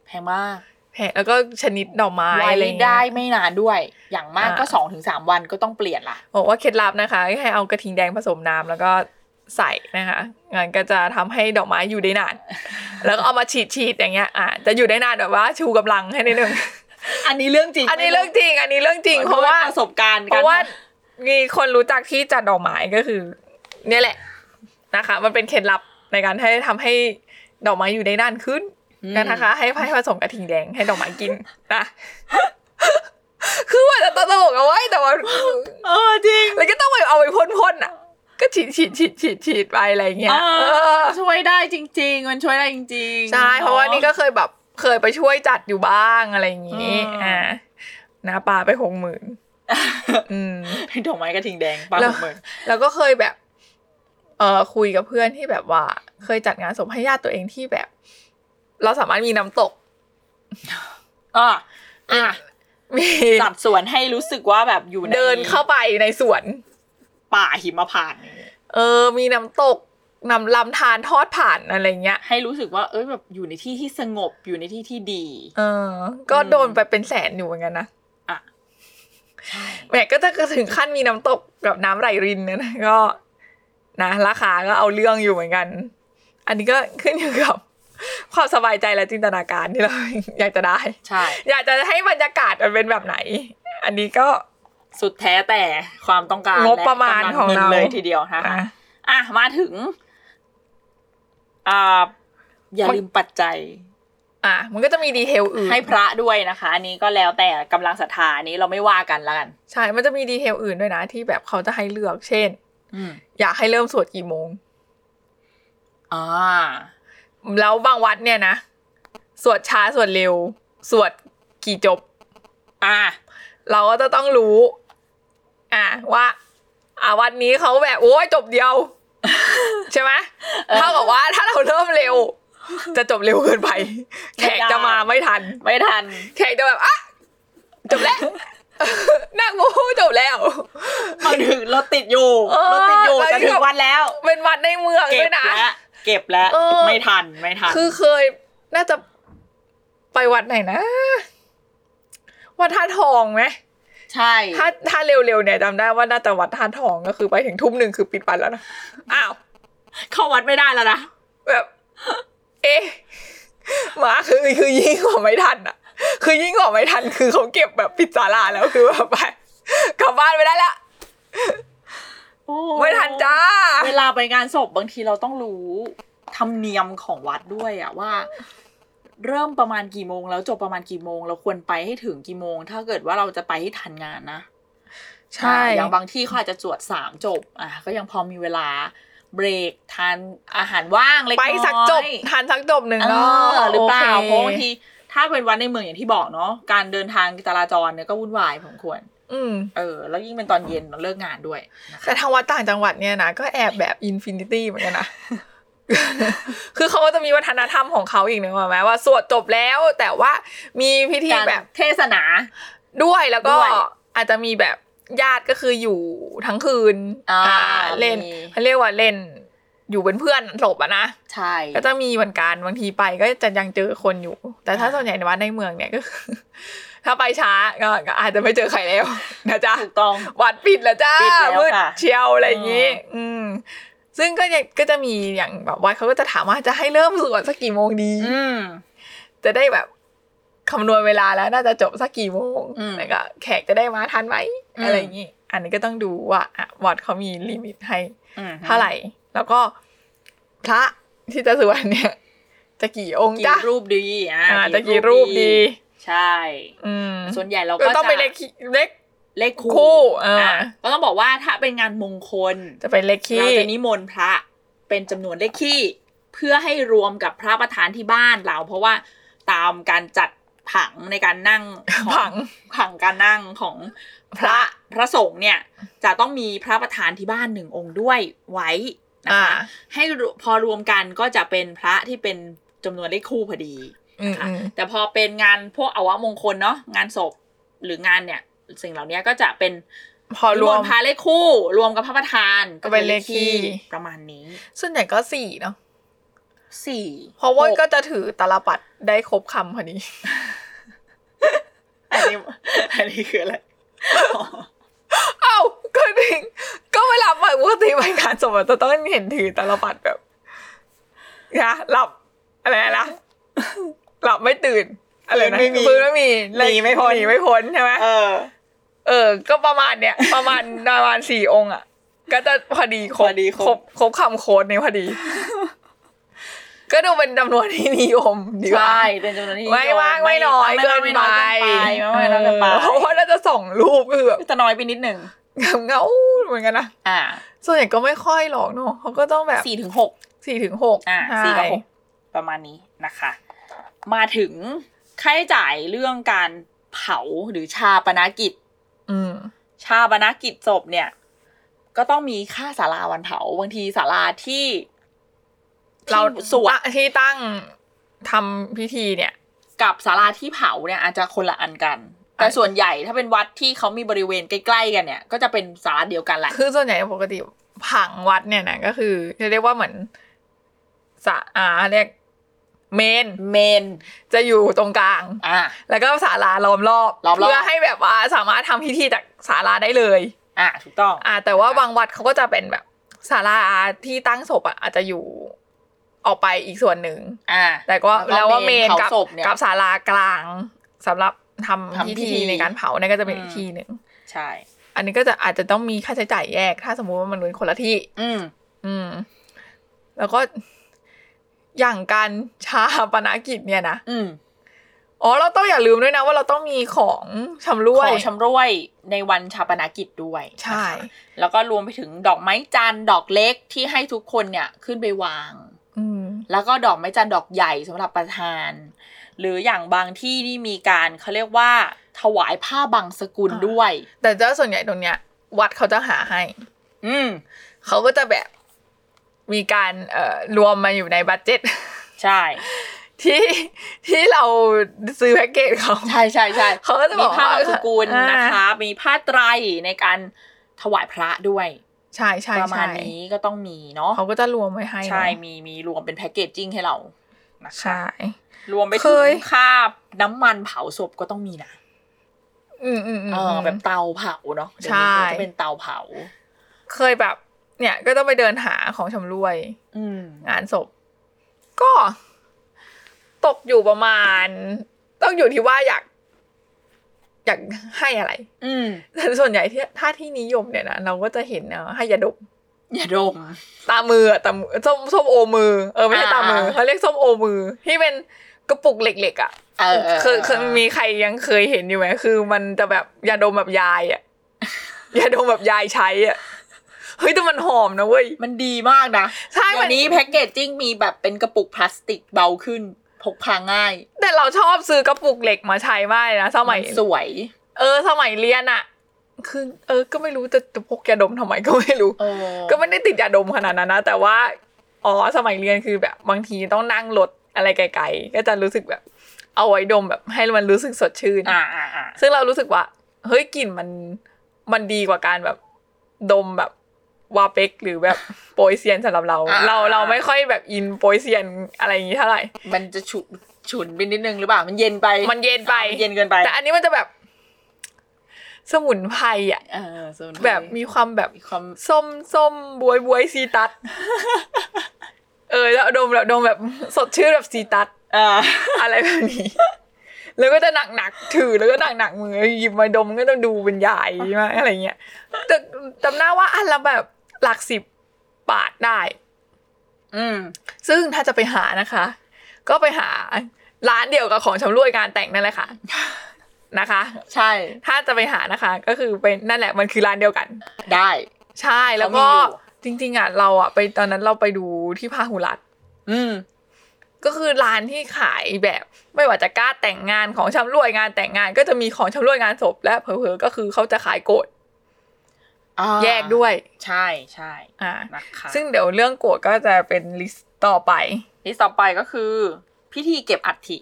[SPEAKER 5] แพงมาก
[SPEAKER 4] แพงแล้วก็ชนิดดอกไม้
[SPEAKER 5] ไว้
[SPEAKER 4] อะไรอย่างเงี้ย
[SPEAKER 5] ได้ไม่นานด้วย อย่างมาก
[SPEAKER 4] อ่า
[SPEAKER 5] ก็สองถึงสามวันก็ต้องเปลี่ยนละ
[SPEAKER 4] บอกว่าเคล็ดลับนะคะให้เอากระทิงแดงผสมน้ำแล้วก็ใส่นะคะงั้นก็จะทำให้ดอกไม้อยู่ได้นาน แล้วก็เอามาฉีดฉีดอย่างเงี้ยอ่ะจะอยู่ได้นานแบบว่าชูกำลังให้นิดนึง
[SPEAKER 5] อันนี้เรื่องจริง
[SPEAKER 4] อันนี้เรื่องจริง อันนี้เรื่องจริง เพ
[SPEAKER 5] เพราะ
[SPEAKER 4] ราะ
[SPEAKER 5] ว่า
[SPEAKER 4] ว่า
[SPEAKER 5] ประสบการณ์
[SPEAKER 4] เพราะว่ามีคนรู้จักที่จัดดอกไม้ก็คือ เนี่ยแหละนะคะ มันเป็นเคล็ดลับในการให้ทำให้ดอกไม้อยู่ได้นานขึ้น กันนะคะ ให้ไพ่ผสมกระทิงแดงให้ดอกไม้กิน *laughs* นะ คือว่าจะตลกเอาไว้แต่ว่า
[SPEAKER 5] เออจริง
[SPEAKER 4] แล้วก็ต้องไปเอาไปพ่นๆอ่ะ ก็ฉีดฉีดฉีดฉีดฉีดไปอะไรอย่างเงี้ยเออ
[SPEAKER 5] ช่วยได้จริง ๆ มันช่วยได้จริงๆ
[SPEAKER 4] ใช่เพราะว่านี่ก็เคยแบบเคยไปช่วยจัดอยู่บ้างอะไรอย่างงี้อ่านะปลาไปหกหมื่ *laughs* นอืม
[SPEAKER 5] เป็นดอกไม้กระทิงแดงปลา
[SPEAKER 4] แล้
[SPEAKER 5] ห
[SPEAKER 4] ว
[SPEAKER 5] กหมื่น
[SPEAKER 4] แล้วก็เคยแบบ เออคุยกับเพื่อนที่แบบว่า เคยจัดงานศพให้ญาติตัวเองที่แบบ เราสามารถมีน้ำตก *laughs*
[SPEAKER 5] อ่ะ
[SPEAKER 4] อ่ะมี
[SPEAKER 5] จัดสวนให้รู้สึกว่าแบบอยู่ใน
[SPEAKER 4] เดินเข้าไปในสวน
[SPEAKER 5] ป่าหิมพานต์
[SPEAKER 4] เออ มีน้ำตกนำลำธารทอดผ่านอะไรเงี้ย
[SPEAKER 5] ให้รู้สึกว่าเอ้ยแบบอยู่ในที่ที่สงบอยู่ในที่ที่ดี
[SPEAKER 4] เออ ก็
[SPEAKER 5] อืม
[SPEAKER 4] โดนไปเป็นแสนอยู่เหมือนกันนะ
[SPEAKER 5] อ่ะ
[SPEAKER 4] แหมก็จะถึงขั้นมีน้ำตกกับน้ำไหลรินเนี่ยนะก็ นะราคาก็เอาเรื่องอยู่เหมือนกัน อันนี้ก็ขึ้นอยู่กับ ความสบายใจและจินตนาการที่เรา *laughs* อยากจะได้
[SPEAKER 5] ใช่
[SPEAKER 4] อยากจะให้บรรยากาศมันเป็นแบบไหน อันนี้ก็
[SPEAKER 5] สุดแท้แต่ความต้องการ
[SPEAKER 4] งบประมาณ
[SPEAKER 5] แลกำลั
[SPEAKER 4] ของเรา
[SPEAKER 5] งินเลยทีเดียวนะคะ
[SPEAKER 4] อ่ะ
[SPEAKER 5] อ่ะ มาถึง อ่า อย่าลืมปัจจัย
[SPEAKER 4] อ่ะมันก็จะมีดีเทลอื่น
[SPEAKER 5] ให้พระด้วยนะคะ อันนี้ก็แล้วแต่กำลังศรัทธาอันนี้เราไม่ว่ากันละกัน
[SPEAKER 4] ใช่ มันจะมีดีเทลอื่นด้วยนะ ที่แบบเขาจะให้เลือก เช่น
[SPEAKER 5] อืม
[SPEAKER 4] อยากให้เริ่มสวดกี่โมง
[SPEAKER 5] อ่า
[SPEAKER 4] แล้วบางวัดเนี่ยนะ สวดช้าสวดเร็ว สวดกี่จบ
[SPEAKER 5] อ่า
[SPEAKER 4] เราก็จะต้องรู้ อ่ะว่า อ่ะวันนี้เขาแบบโอ้ยจบเดียว *laughs* ใช่ไหม
[SPEAKER 5] เออ
[SPEAKER 4] เท่ากับว่าถ้าเราเริ่มเร็ว จะจบเร็วเกินไป
[SPEAKER 5] ไม่
[SPEAKER 4] แขก
[SPEAKER 5] ได้
[SPEAKER 4] จะมาไม่ทัน
[SPEAKER 5] ไม่ทัน
[SPEAKER 4] แขกจะแบบอ่ะจบแล้ว นักบูจบแล้ว
[SPEAKER 5] มาถึงรถติดอยู่
[SPEAKER 4] เออ
[SPEAKER 5] รถติดอยู่
[SPEAKER 4] แล้ว
[SPEAKER 5] จะ
[SPEAKER 4] นี่
[SPEAKER 5] ถึ
[SPEAKER 4] แบ
[SPEAKER 5] ง
[SPEAKER 4] บ
[SPEAKER 5] วันแล้ว
[SPEAKER 4] เป็นวัดในเมืองด้
[SPEAKER 5] เก็
[SPEAKER 4] ว
[SPEAKER 5] บ
[SPEAKER 4] ยนะ
[SPEAKER 5] แล้วเก็บแล้ว
[SPEAKER 4] เออ
[SPEAKER 5] ไม่ทันไม่ทัน
[SPEAKER 4] คือเคยน่าจะไปวัดไหนนะ วัดท่าตุทองไหม
[SPEAKER 5] ใช่
[SPEAKER 4] ถ้าถ้าเร็วๆเนี่ยจำได้ว่าน่าจะวัดท่าทองก็คือไปถึงทุ่มหนึ่งคือปิดปันแล้วนะอ้าว
[SPEAKER 5] เข้าวัดไม่ได้แล้วนะ
[SPEAKER 4] แบบ เอ๊ะหมาคือคือยิ่งกว่าไม่ทันอ่ะ คือยิ่งกว่าไม่ทันคือเขาเก็บแบบปิดศาลาแล้วคือแบบไปกลับบ้านไม่ได้ละไม่ทันจ้า
[SPEAKER 5] *laughs* เวลาไปงานศพบางทีเราต้องรู้ธรรมเนียมของวัดด้วยอะว่า เริ่มประมาณกี่โมง แล้วจบประมาณกี่โมง เราควรไปให้ถึงกี่โมง ถ้าเกิดว่าเราจะไปให้ทันงานนะ
[SPEAKER 4] ใช่
[SPEAKER 5] อ่ะอย่างบางที่เขาอาจจะจวดสามจบอ่ะก็ยังพอมีเวลาเบรกทานอาหารว่างเล็ก
[SPEAKER 4] ไป
[SPEAKER 5] น้อย
[SPEAKER 4] สักจบทันสักจบหนึ่ง
[SPEAKER 5] เอ
[SPEAKER 4] ก็
[SPEAKER 5] อหรือเปล่า
[SPEAKER 4] โค
[SPEAKER 5] เพราะบางทีถ้าเป็นวันในเมืองอย่างที่บอกเนาะการเดินทางจราจรเนี่ยก็วุ่นวายพอสมควร
[SPEAKER 4] อืม
[SPEAKER 5] เออ แล้วยิ่งเป็นตอนเย็นเลิกงานด้วยนะคะ
[SPEAKER 4] แต่ทางวัดต่างจังหวัดเนี่ยนะก็แอบแบบอินฟินิตี้เหมือน
[SPEAKER 5] *laughs*
[SPEAKER 4] กันนะ คือเขาก็จะมีวัฒนธรรมของเขาอีกนึกออกไหมว่าสวดจบแล้วแต่ว่ามีพิธี
[SPEAKER 5] การ
[SPEAKER 4] แบบ
[SPEAKER 5] เทศนา
[SPEAKER 4] ด้วยแล้วก็
[SPEAKER 5] ด้วย
[SPEAKER 4] อาจจะมีแบบญาติก็คืออยู่ทั้งคืน
[SPEAKER 5] อ่า
[SPEAKER 4] เล่น
[SPEAKER 5] มี
[SPEAKER 4] เขาเรียกว่าเล่น อยู่เป็นเพื่อนศพอะนะ
[SPEAKER 5] ใช่
[SPEAKER 4] ก็จะมีเหมือนกันบางทีไปก็จะยังเจอคนอยู่ แต่ถ้าส่วนใหญ่ในวัดในเมืองเนี่ยก็คือ *laughs* ถ้าไปช้าก็ก็อาจจะไม่เจอใครแล้วนะจ๊ะ
[SPEAKER 5] ถูกต้อง
[SPEAKER 4] วัดปิดแล้วจ้า
[SPEAKER 5] ปิดแล้ว
[SPEAKER 4] มืด
[SPEAKER 5] ค่ะ
[SPEAKER 4] เชียวอะไรอย่างนี้ อืม ซึ่งก็ยังก็จะมีอย่างแบบวัดเขาก็จะถามว่าจะให้เริ่มสวดสักกี่โมงดี
[SPEAKER 5] ืม
[SPEAKER 4] จะได้แบบคำนวณเวลาแล้ว น่าจะจบสักกี่โมง
[SPEAKER 5] อืม
[SPEAKER 4] แล้วก็แขกจะได้มาทันไหม
[SPEAKER 5] อืม
[SPEAKER 4] อะไรอย่างนี้ อันนี้ก็ต้องดูว่าอ่ะวัดเขามีลิมิตให้
[SPEAKER 5] อืม
[SPEAKER 4] เท่าไหร่ แล้วก็พระที่จะสวดเนี่ย จะกี่องค์
[SPEAKER 5] กี่
[SPEAKER 4] จ้ะ
[SPEAKER 5] รูปดีอ่า
[SPEAKER 4] อ่าจะกี่รูปดี
[SPEAKER 5] ใช่
[SPEAKER 4] อืม
[SPEAKER 5] ส่วนใหญ่เรา
[SPEAKER 4] ก็
[SPEAKER 5] ก็
[SPEAKER 4] ต้อง
[SPEAKER 5] จะ
[SPEAKER 4] ไปนเลขเลข
[SPEAKER 5] เลขคู่
[SPEAKER 4] คู่อ่า
[SPEAKER 5] อ่ะก็ต้องบอกว่าถ้าเป็นงานมงคล
[SPEAKER 4] จะเป็นเลขคี่
[SPEAKER 5] เราจะนิมนต์พระเป็นจำนวนเลขขี้ เพื่อให้รวมกับพระประธานที่บ้านเรา เพราะว่าตามการจัดผังในการนั่งของ
[SPEAKER 4] ผัง
[SPEAKER 5] ผังการนั่งของพระพระสงฆ์เนี่ย จะต้องมีพระประธานที่บ้านหนึ่งองค์ด้วยไว้นะ
[SPEAKER 4] อ่า
[SPEAKER 5] คะ ให้รวพอรวมกันก็จะเป็นพระที่เป็นจำนวนเลขคู่พอดี
[SPEAKER 4] อืม
[SPEAKER 5] ค่ะ
[SPEAKER 4] อืม
[SPEAKER 5] แต่พอเป็นงานพวกอวมงคลเนาะงานศพหรืองานเนี่ย สิ่งเหล่านี้ก็จะเป็น
[SPEAKER 4] พอรวม
[SPEAKER 5] พระเลขคู่ รวมกับพระประธาน
[SPEAKER 4] ก็เป็นเลขคี่
[SPEAKER 5] ประมาณนี้
[SPEAKER 4] ส่วนใหญ่ก็สี่เนาะ
[SPEAKER 5] สี่
[SPEAKER 4] เพราะว่า
[SPEAKER 5] ห
[SPEAKER 4] ก็จะถือตาลปัดได้ครบคำพอดี
[SPEAKER 5] อันนี้อันนี้คืออะไรอ๋อ
[SPEAKER 4] เอ้าก็จริงก็เวลาไปปกติไปงานสมบัติจะต้องเห็นถือตาลปัดแบบนะหลับอะไรนะหลับไม่ตื่น อะไรนะ
[SPEAKER 1] ฟื้นไม่มี
[SPEAKER 4] ฟื้นไม่มีหนีไม่พ้นหนีไม่พ้นใช่ไหม
[SPEAKER 5] เออ
[SPEAKER 4] เออ ก็ประมาณเนี้ยประมาณประมาณสี่องค์อ่ะ ก็จะพอดีครบ
[SPEAKER 5] พอดีครบ
[SPEAKER 4] ครบครบคำโค้ดเนี่ยพอดี ก็ดูเป็นจำนวนที่นิยมดีกว่า
[SPEAKER 5] ใช่เป็นจำนวนที่นิย
[SPEAKER 4] ไม่มากไม่น้อยเกินไป
[SPEAKER 5] ไม่น้อยเกินไป
[SPEAKER 4] เออเพราะว่าน่าจะส่งรูปคือแบบ
[SPEAKER 5] จะน้อยไปนิดหนึ่ง
[SPEAKER 4] เงาๆเหมือนกันนะ
[SPEAKER 5] อ่า
[SPEAKER 4] ส่วนใหญ่ก็ไม่ค่อยหรอกเนาะเขาก็ต้องแบบ
[SPEAKER 5] สี่ถึงหก
[SPEAKER 4] สี่ถึงหก
[SPEAKER 5] อ่าสี่กับหก
[SPEAKER 4] ใช่
[SPEAKER 5] ประมาณนี้นะคะ มาถึงค่าใช้จ่ายเรื่องการเผาหรือชาปนกิจ
[SPEAKER 4] อืม
[SPEAKER 5] ชาปนกิจศพเนี่ย ก็ต้องมีค่าศาลาวันเผาบางทีศาลาที่
[SPEAKER 4] เรา
[SPEAKER 5] ที่สวด
[SPEAKER 4] ที่ตั้งทำพิธีเนี่ย
[SPEAKER 5] กับศาลาที่เผาเนี่ยอาจจะคนละอันกัน แต่ส่วนใหญ่ถ้าเป็นวัดที่เขามีบริเวณใกล้ๆกันเนี่ย ก็จะเป็นศาลาเดียวกันแหละ
[SPEAKER 4] คือส่วนใหญ่ปกติผังวัดเนี่ยนะก็คือจะเรียกว่าเหมือนสะอาเรียกเมน
[SPEAKER 5] เมน
[SPEAKER 4] จะอยู่ตรงกลาง
[SPEAKER 5] อ่า
[SPEAKER 4] แล้วก็ศาลาล้อมรอบ
[SPEAKER 5] ล้อมรอบ
[SPEAKER 4] เพื่อให้แบบว่าสามารถทำพิธีจากศาลาได้เลย
[SPEAKER 5] อ่าถูกต้อง
[SPEAKER 4] อ่าแต่ว่า
[SPEAKER 5] ค่ะ
[SPEAKER 4] บางวัดเขาก็จะเป็นแบบศาลาที่ตั้งศพอ่ะอาจจะอยู่ออกไปอีกส่วนหนึ่ง
[SPEAKER 5] อ่า
[SPEAKER 4] แต่ก็แล้วว่าเมน
[SPEAKER 5] เผา
[SPEAKER 4] กับ
[SPEAKER 5] ศพเนี่ย
[SPEAKER 4] กับศาลากลางสำหรับทำ
[SPEAKER 5] ทำพิ
[SPEAKER 4] พิ
[SPEAKER 5] ธี
[SPEAKER 4] ธีในการเผาเนี่ยก็จะเป็น
[SPEAKER 5] อืม
[SPEAKER 4] อีกที่หนึ่ง
[SPEAKER 5] ใช่
[SPEAKER 4] อันนี้ก็จะอาจจะต้องมีค่าใช้จ่ายแยก ถ้าสมมุติว่ามันเป็นคนละที่
[SPEAKER 5] อืม
[SPEAKER 4] อืม แล้วก็อย่างการชาปนกิจเนี่ยนะ
[SPEAKER 5] อืม
[SPEAKER 4] อ๋อเราต้องอย่าลืมด้วยนะว่าเราต้องมีของชำร่ว
[SPEAKER 5] ข
[SPEAKER 4] ย
[SPEAKER 5] องชำร่วยในวันชาปนากิจด้วย
[SPEAKER 4] ใช่
[SPEAKER 5] นะคะแล้วก็รวมไปถึงดอกไม้จันทร์ดอกเล็กที่ให้ทุกคนเนี่ยขึ้นไปวาง
[SPEAKER 4] อืม
[SPEAKER 5] แล้วก็ดอกไม้จันทร์ดอกใหญ่สำหรับประทาน หรืออย่างบางที่นี่มีการเขาเรียกว่า ถวายผ้าบังสกุล
[SPEAKER 4] อ่า
[SPEAKER 5] ด้วย
[SPEAKER 4] แต่เจ้าส่วนใหญ่ตรงเนี้ย วัดเขาจะหาให้
[SPEAKER 5] อืม
[SPEAKER 4] เขาก็จะแบบมีการเอ่อรวมมาอยู่ในบัตเจ็ต *laughs*
[SPEAKER 5] ใช่
[SPEAKER 4] ที่ที่เราซื้อแพ็กเกจเขา
[SPEAKER 5] ใช่ใช่ใช่
[SPEAKER 4] *laughs* เขาก็จะบ
[SPEAKER 5] มี
[SPEAKER 4] อก
[SPEAKER 5] ผ้าบังสกุล
[SPEAKER 4] อ่าน
[SPEAKER 5] นะคะ มีผ้าไตรในการถวายพระด้วย
[SPEAKER 4] ใช่ใช่
[SPEAKER 5] ประมา
[SPEAKER 4] ใช่
[SPEAKER 5] ณนี้ก็ต้องมีเนาะ
[SPEAKER 4] เขาก็จะรวมไว้ให้เนอะ
[SPEAKER 5] ใช่มีมีรวมเป็นแพ็กเกจจิ้งให้เรานะคะ
[SPEAKER 4] ใช่
[SPEAKER 5] รวมไป
[SPEAKER 4] เค
[SPEAKER 5] ถึง
[SPEAKER 4] ย
[SPEAKER 5] ค่าน้ำมันเผาศพก็ต้องมีนะ
[SPEAKER 4] อืมอืมอืม
[SPEAKER 5] เออแบบเตาเผาเนาะเดี๋ยว
[SPEAKER 4] ใช่
[SPEAKER 5] นี้เขาจะเป็นเตาเผา
[SPEAKER 4] เคยแบบ เนี่ย ก็ต้องไปเดินหาของชำารวย
[SPEAKER 5] อืม
[SPEAKER 4] งานศพ ก็ ตกอยู่ประมาณ ต้องอยู่ที่ว่าอยาก อยากให้อะไร *laughs*
[SPEAKER 5] อืม
[SPEAKER 4] แต่ส่วนใหญ่ที่ถ้าที่นิยมเนี่ยนะเราก็จะเห็นเอ่อให้ยาดม
[SPEAKER 5] อย่าดม
[SPEAKER 4] ตามืออะตามือส้มส้มโอมือ เออไม่ใช่
[SPEAKER 5] อ่า
[SPEAKER 4] ตามือเขาเรียกส้มโอมือ ที่เป็นกระปุกเหล็กๆอ่ะ
[SPEAKER 5] เออ
[SPEAKER 4] เคยเคยมีใครยังเคยเห็นอยู่ไหมคือ มันจะแบบยาดมแบบยายอ่ะ *laughs* ยาดมแบบยายใช้อ่ะเฮ้ยแต่มันหอมนะเว้ย
[SPEAKER 5] มันดีมากนะ
[SPEAKER 4] ใช่
[SPEAKER 5] เดี๋
[SPEAKER 4] มั
[SPEAKER 5] ย
[SPEAKER 4] น
[SPEAKER 5] วนี้แพ็กเกจจิ้งมีแบบเป็นกระปุกพลาสติกเบาขึ้น พกพาง่าย
[SPEAKER 4] แต่เราชอบซื้อกระปุกเหล็กมาใช้มากเลยนะสมัย
[SPEAKER 5] นสวย
[SPEAKER 4] เออสมัยเรียนอ่ะ คือ เออ ก็ไม่รู้จะจะพกยาดมทำไมก็ไม่รู้
[SPEAKER 5] เออ
[SPEAKER 4] ก็ไม่ได้ติดยาดมขนาดนั้นนะ แต่ว่า อ๋อ สมัยเรียนคือแบบบางทีต้องนั่งรถอะไรไกลๆ ก็จะรู้สึกแบบ เอาไว้ดมแบบให้มันรู้สึกสดชื่น
[SPEAKER 5] อ่าอ่าอ่า
[SPEAKER 4] ซึ่งเรารู้สึกว่า เฮ้ยกลิ่นมันมันดีกว่าการแบบดมแบบวาเป็กหรือ
[SPEAKER 5] *laughs*
[SPEAKER 4] แบบโปรยเซียนสำหรับเรา เราเราไม่ค่อยแบบอินโปรยเซียนอะไรอย่างนี้เท่าไหร่
[SPEAKER 5] มันจะฉุนฉุนไปนิดนึงหรือเปล่า มันเย็นไป
[SPEAKER 4] มันเย็นไป
[SPEAKER 5] อ่ามัเย็นเกินไป
[SPEAKER 4] แต่อันนี้มันจะแบบ สมุนไพรอ่ะ
[SPEAKER 5] เออสมุนไพร
[SPEAKER 4] แบบมีความแบบ
[SPEAKER 5] มีความ
[SPEAKER 4] ส้มส้มบวยบวยซีตั
[SPEAKER 5] *laughs*
[SPEAKER 4] ส เออแล้วดมแบบดมแบบสดชื่นแบบซีตัส
[SPEAKER 5] อ่า
[SPEAKER 4] อะไรแบบนี้ แล้วก็จะหนักหนักๆถือแล้วก็หนักหนักๆมือหยิบมาดมก็ต้องดูเป็นใหญ่มากอะไรเงี้ยแต่จำหน้าว่าอันละแบบหลักสิบบาทได้
[SPEAKER 5] อืม
[SPEAKER 4] ซึ่งถ้าจะไปหานะคะ ก็ไปหาร้านเดียวกับของชำร่วยงานแต่งนั่นแหละค่ะ นะคะ
[SPEAKER 5] ใช่
[SPEAKER 4] ถ้าจะไปหานะคะ ก็คือเป็นนั่นแหละมันคือร้านเดียวกัน
[SPEAKER 5] ได้
[SPEAKER 4] ใช่แล้ว
[SPEAKER 5] เขามี
[SPEAKER 4] ก็
[SPEAKER 5] อยู่
[SPEAKER 4] จริง ๆอ่ะเราอ่ะไปตอนนั้นเราไปดูที่พาหุรัตน์
[SPEAKER 5] อืม
[SPEAKER 4] ก็คือร้านที่ขายแบบไม่ว่าจะกล้าแต่งงานของชำร่วยงานแต่งงาน ก็จะมีของชำร่วยงานศพและเผลอๆก็คือเขาจะขายโกรธ
[SPEAKER 5] อ่า
[SPEAKER 4] แยกด้วย
[SPEAKER 5] ใช่ใช่
[SPEAKER 4] อ่า
[SPEAKER 5] นะคะ
[SPEAKER 4] ซึ่งเดี๋ยวเรื่องโกรธก็จะเป็นลิสต์ต่อไป
[SPEAKER 5] ลิสต์ต่อไปก็คือ พิธีเก็บอัฐิ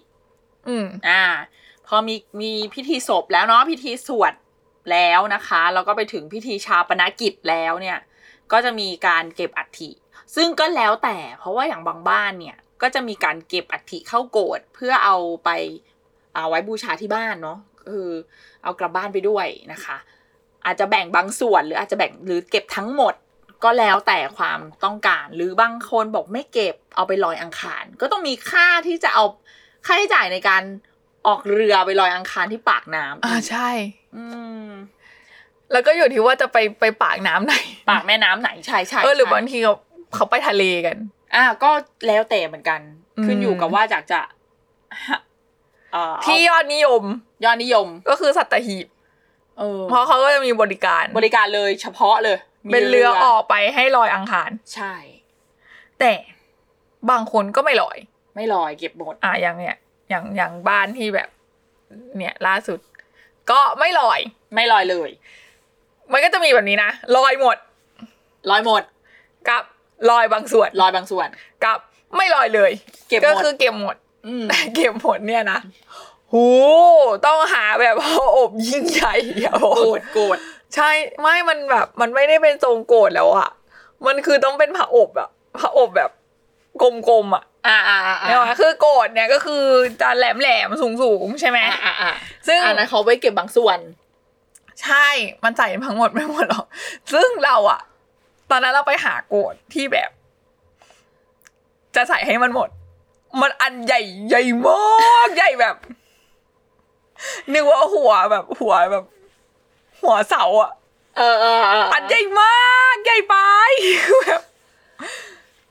[SPEAKER 4] อืม
[SPEAKER 5] อ่า พอมีมีพิธีศพแล้วเนาะพิธีสวดแล้วนะคะแล้วก็ไปถึงพิธีชาปนกิจแล้วเนี่ย ก็จะมีการเก็บอัฐิ ซึ่งก็แล้วแต่เพราะว่าอย่างบางบ้านเนี่ย ก็จะมีการเก็บอัฐิเข้าโกรธเพื่อเอาไปเอาไว้บูชาที่บ้านเนาะคือเอากลับบ้านไปด้วยนะคะ อาจจะแบ่งบางส่วนหรืออาจจะแบ่งหรือเก็บทั้งหมด ก็แล้วแต่ความต้องการ หรือบางคนบอกไม่เก็บเอาไปลอยอังคาร ก็ต้องมีค่าที่จะเอาค่าใช้จ่ายในการออกเรือไปลอยอังคารที่ปากน้ำ
[SPEAKER 4] อ่าใช่
[SPEAKER 5] อืม
[SPEAKER 4] แล้วก็อยู่ที่ว่าจะไปไปปากน้ำไหน
[SPEAKER 5] ปากแม่น้ำไหนใช่ใช่
[SPEAKER 4] เออหรือบาง
[SPEAKER 5] ใช่
[SPEAKER 4] ทีเขาเขาไปทะเลกัน
[SPEAKER 5] อ่าก็แล้วแต่เหมือนกัน
[SPEAKER 4] อืม
[SPEAKER 5] ขึ้นอยู่กับว่าอยากจะ *laughs* เอ่อเอา
[SPEAKER 4] ที่ยอดนิยม
[SPEAKER 5] ยอดนิยม
[SPEAKER 4] ก็คือสัตหีบ
[SPEAKER 5] เออ
[SPEAKER 4] เพราะเขาก็จะมีบริการ
[SPEAKER 5] บริการเลยเฉพาะเลยมี
[SPEAKER 4] เป็นเรือออกไปให้ลอยอังคาร
[SPEAKER 5] ใช่
[SPEAKER 4] แต่บางคนก็ไม่ลอย
[SPEAKER 5] ไม่ลอยเก็บหมด
[SPEAKER 4] อ่ะอย่างเนี่ยอย่างอย่างบ้านที่แบบ เนี่ยล่าสุด ก็ไม่ลอย
[SPEAKER 5] ไม่ลอยเลย
[SPEAKER 4] มันก็จะมีแบบนี้นะลอยหมด
[SPEAKER 5] ลอยหมด
[SPEAKER 4] กับลอยบางส่วน
[SPEAKER 5] ลอยบางส่วน
[SPEAKER 4] กับไม่ลอยเลย
[SPEAKER 5] เก็บหมด
[SPEAKER 4] ก็คือเก็บหมด *laughs*
[SPEAKER 5] อืม
[SPEAKER 4] เก็บหมดเนี่ยนะหูต้องหาแบบ *laughs* พออบยิ่งใหญ่อย่าบอ
[SPEAKER 5] โกร
[SPEAKER 4] ก
[SPEAKER 5] ธโกรธ
[SPEAKER 4] ใช่ไม่มันแบบ มันไม่ได้เป็นทรงโกรธแล้วอะมันคือต้องเป็นผาอบอะผาอบแบบกลมๆอะ
[SPEAKER 5] อ่าอ่าอ่า
[SPEAKER 4] เนี่ยนะคือโกรธเนี่ยก็คือจะแหลมๆสูงๆใช่ไหม
[SPEAKER 5] อ่าอ่าอ่า
[SPEAKER 4] ซึ่ง
[SPEAKER 5] อันนั้นเขาไว้เก็บบางส่วน
[SPEAKER 4] ใช่ มันใส่ทั้งหมดไม่หมดหรอก *laughs* ซึ่งเราอะตอนนั้นเราไปหาโกดที่แบบ จะใส่ให้มันหมด มันอันใหญ่ใหญ่มาก ใหญ่แบบ นึกว่าหัวแบบหัวแบบ หัวเสาอะ
[SPEAKER 5] เออเออเออ
[SPEAKER 4] อันใหญ่มาก ใหญ่ไป *laughs* แบบ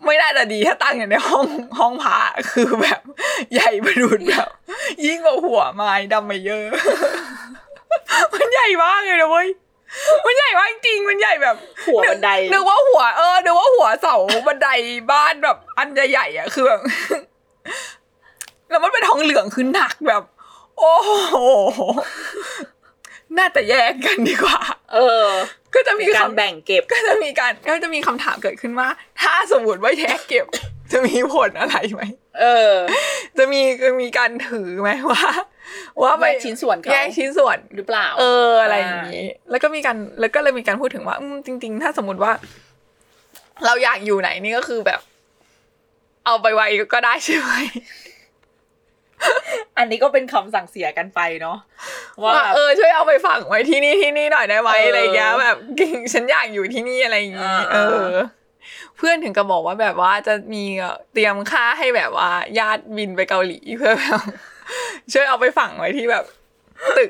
[SPEAKER 4] ไม่น่าจะดีถ้าตั้งอยู่ในห้อง *laughs* ห้องพระคือแบบ ใหญ่ประดุดแบบ ยิ่งกว่าหัวไม้ดำไม่เยอะ *laughs* มันใหญ่มากเลยนะเว้ย มันใหญ่มากจริงๆมันใหญ่แบบ
[SPEAKER 5] หัวบันได
[SPEAKER 4] นึกว่าหัวเออนึกว่าหัวเสาบันไดบ้านแบบ อันใหญ่ๆอ่ะคือแบบ *laughs* แล้วมันเป็นทองเหลืองคือหนักแบบ โอ้โห น่าจะแยกกันดีกว่า
[SPEAKER 5] เออ
[SPEAKER 4] ก็จะมี
[SPEAKER 5] มีการ
[SPEAKER 4] คำ
[SPEAKER 5] แบ่งเก็บ
[SPEAKER 4] ก็จะมีการก็จะมีคำถามเกิดขึ้นว่า ถ้าสมมติว่าแยกเก็บ *coughs* จะมีผลอะไรไหม
[SPEAKER 5] เออ
[SPEAKER 4] จะมีจะมีการถือไหมว่าว่าไป
[SPEAKER 5] แบ่งชิ้นส่วนเขา
[SPEAKER 4] แยกชิ้นส่วน
[SPEAKER 5] หรือเปล่า
[SPEAKER 4] เอออะไรอย่างนี้ แล้วก็มีการแล้วก็เลยมีการพูดถึงว่าอืมจริง ๆ ถ้าสมมติว่า เราอยากอยู่ไหนนี่ก็คือแบบ เอาไปไว้ก็ได้ใช่ไหม
[SPEAKER 5] อันนี้ก็เป็นคำสั่งเสียกันไปเนาะว่า
[SPEAKER 4] ว่า
[SPEAKER 5] แบบ
[SPEAKER 4] เออช่วยเอาไปฝังไว้ที่นี่ที่นี่หน่อยได้ไหม
[SPEAKER 5] เอออ
[SPEAKER 4] อะไรเงี้ยแบบ *laughs* กิ่งฉันอยากอยู่ที่นี่อะไรอย่างงี้
[SPEAKER 5] เอ
[SPEAKER 4] เอ
[SPEAKER 5] อ
[SPEAKER 4] อ เพื่อนถึงกับบอกว่าแบบว่าจะมีเตรียมค่าให้แบบว่า ญาติบินไปเกาหลีเพื่อแบบ *laughs* ช่วยเอาไปฝังไว้ที่แบบ ตึก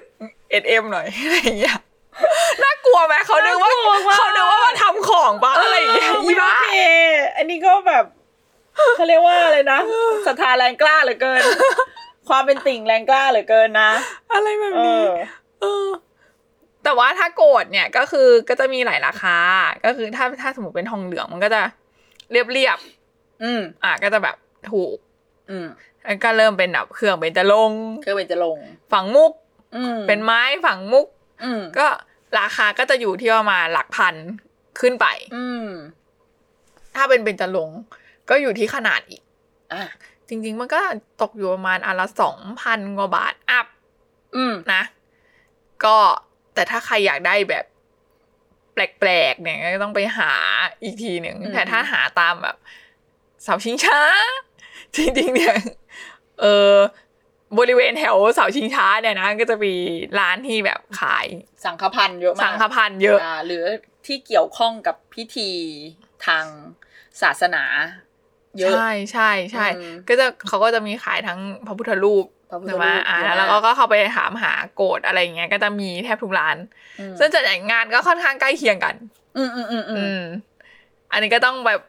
[SPEAKER 4] เอ็เอ็มหน่อยอะไรเงี้ย *laughs* น่ากลัวไหมเขาดึกว่าเขาดึกว่ามาทำของปะอะไรอย่างเงี้ย
[SPEAKER 5] อี
[SPEAKER 4] อีบ้า
[SPEAKER 5] บ้าเคอันนี้ก็แบบเขาเรียกว่าอะไรนะศรัทธาแรงกล้าเหลือเกิน ความเป็นติ่งแรงกล้าเหลือเกินนะ
[SPEAKER 4] อะไรแบบ
[SPEAKER 5] เอ
[SPEAKER 4] นี้
[SPEAKER 5] อ
[SPEAKER 4] เออแต่ว่าถ้าโกรธเนี่ยก็คือก็จะมีหลายราคา ก็คือถ้าถ้าสมมติเป็นทองเหลืองมันก็จะเรียบเรียบ
[SPEAKER 5] อืม
[SPEAKER 4] ๆอ่ะก็จะแบบถูก
[SPEAKER 5] อืม
[SPEAKER 4] แล้วก็เริ่มเป็นแบบเครื่องเป็นตะลงค์
[SPEAKER 5] คือเป็นจะลง
[SPEAKER 4] ฝังมุก
[SPEAKER 5] อืม
[SPEAKER 4] เป็นไม้ฝังมุก
[SPEAKER 5] อืม
[SPEAKER 4] ก็ราคาก็จะอยู่ที่ประมาณหลักพันขึ้นไป
[SPEAKER 5] อืม
[SPEAKER 4] ถ้าเป็นเป็นตะลงค์ก็อยู่ที่ขนาดอีก
[SPEAKER 5] อ่ะ
[SPEAKER 4] จริง ๆ มันก็ตกอยู่ประมาณอันละสองพันกว่าบาทอัพ
[SPEAKER 5] อืม
[SPEAKER 4] นะก็แต่ถ้าใครอยากได้แบบ แปลกๆเนี่ยก็ต้องไปหาอีกทีหนึ่งแต่ถ้าหาตามแบบเสาชิงช้า *laughs* จริงๆเนี่ยเออบริเวณแถวเสาชิงช้าเนี่ยนะ ก็จะมีร้านที่แบบขาย
[SPEAKER 5] สังฆพันธ์เยอะมาก
[SPEAKER 4] สังฆพันธ์เยอะ
[SPEAKER 5] อ่าหรือที่เกี่ยวข้องกับพิธีทางศาสนา เยอะ
[SPEAKER 4] ใช่ใช่ใช่
[SPEAKER 5] อืม
[SPEAKER 4] ก็จะเขาก็จะมีขายทั้งพระพุทธรูป
[SPEAKER 5] พระพุทธ
[SPEAKER 4] ใช่
[SPEAKER 5] รู
[SPEAKER 4] ไหม
[SPEAKER 5] ป
[SPEAKER 4] อ่า
[SPEAKER 5] เยอะ
[SPEAKER 4] แล้วเราก็เข้าไปถามหาโกดอะไรอย่างเงี้ยก็จะมีแทบทุกร้าน
[SPEAKER 5] อืม
[SPEAKER 4] ซึ่งจัดงานก็ค่อนข้างใกล้เคียงกัน
[SPEAKER 5] อืมอืมอืมอื
[SPEAKER 4] อืม
[SPEAKER 5] ม
[SPEAKER 4] อันนี้ก็ต้องแบบ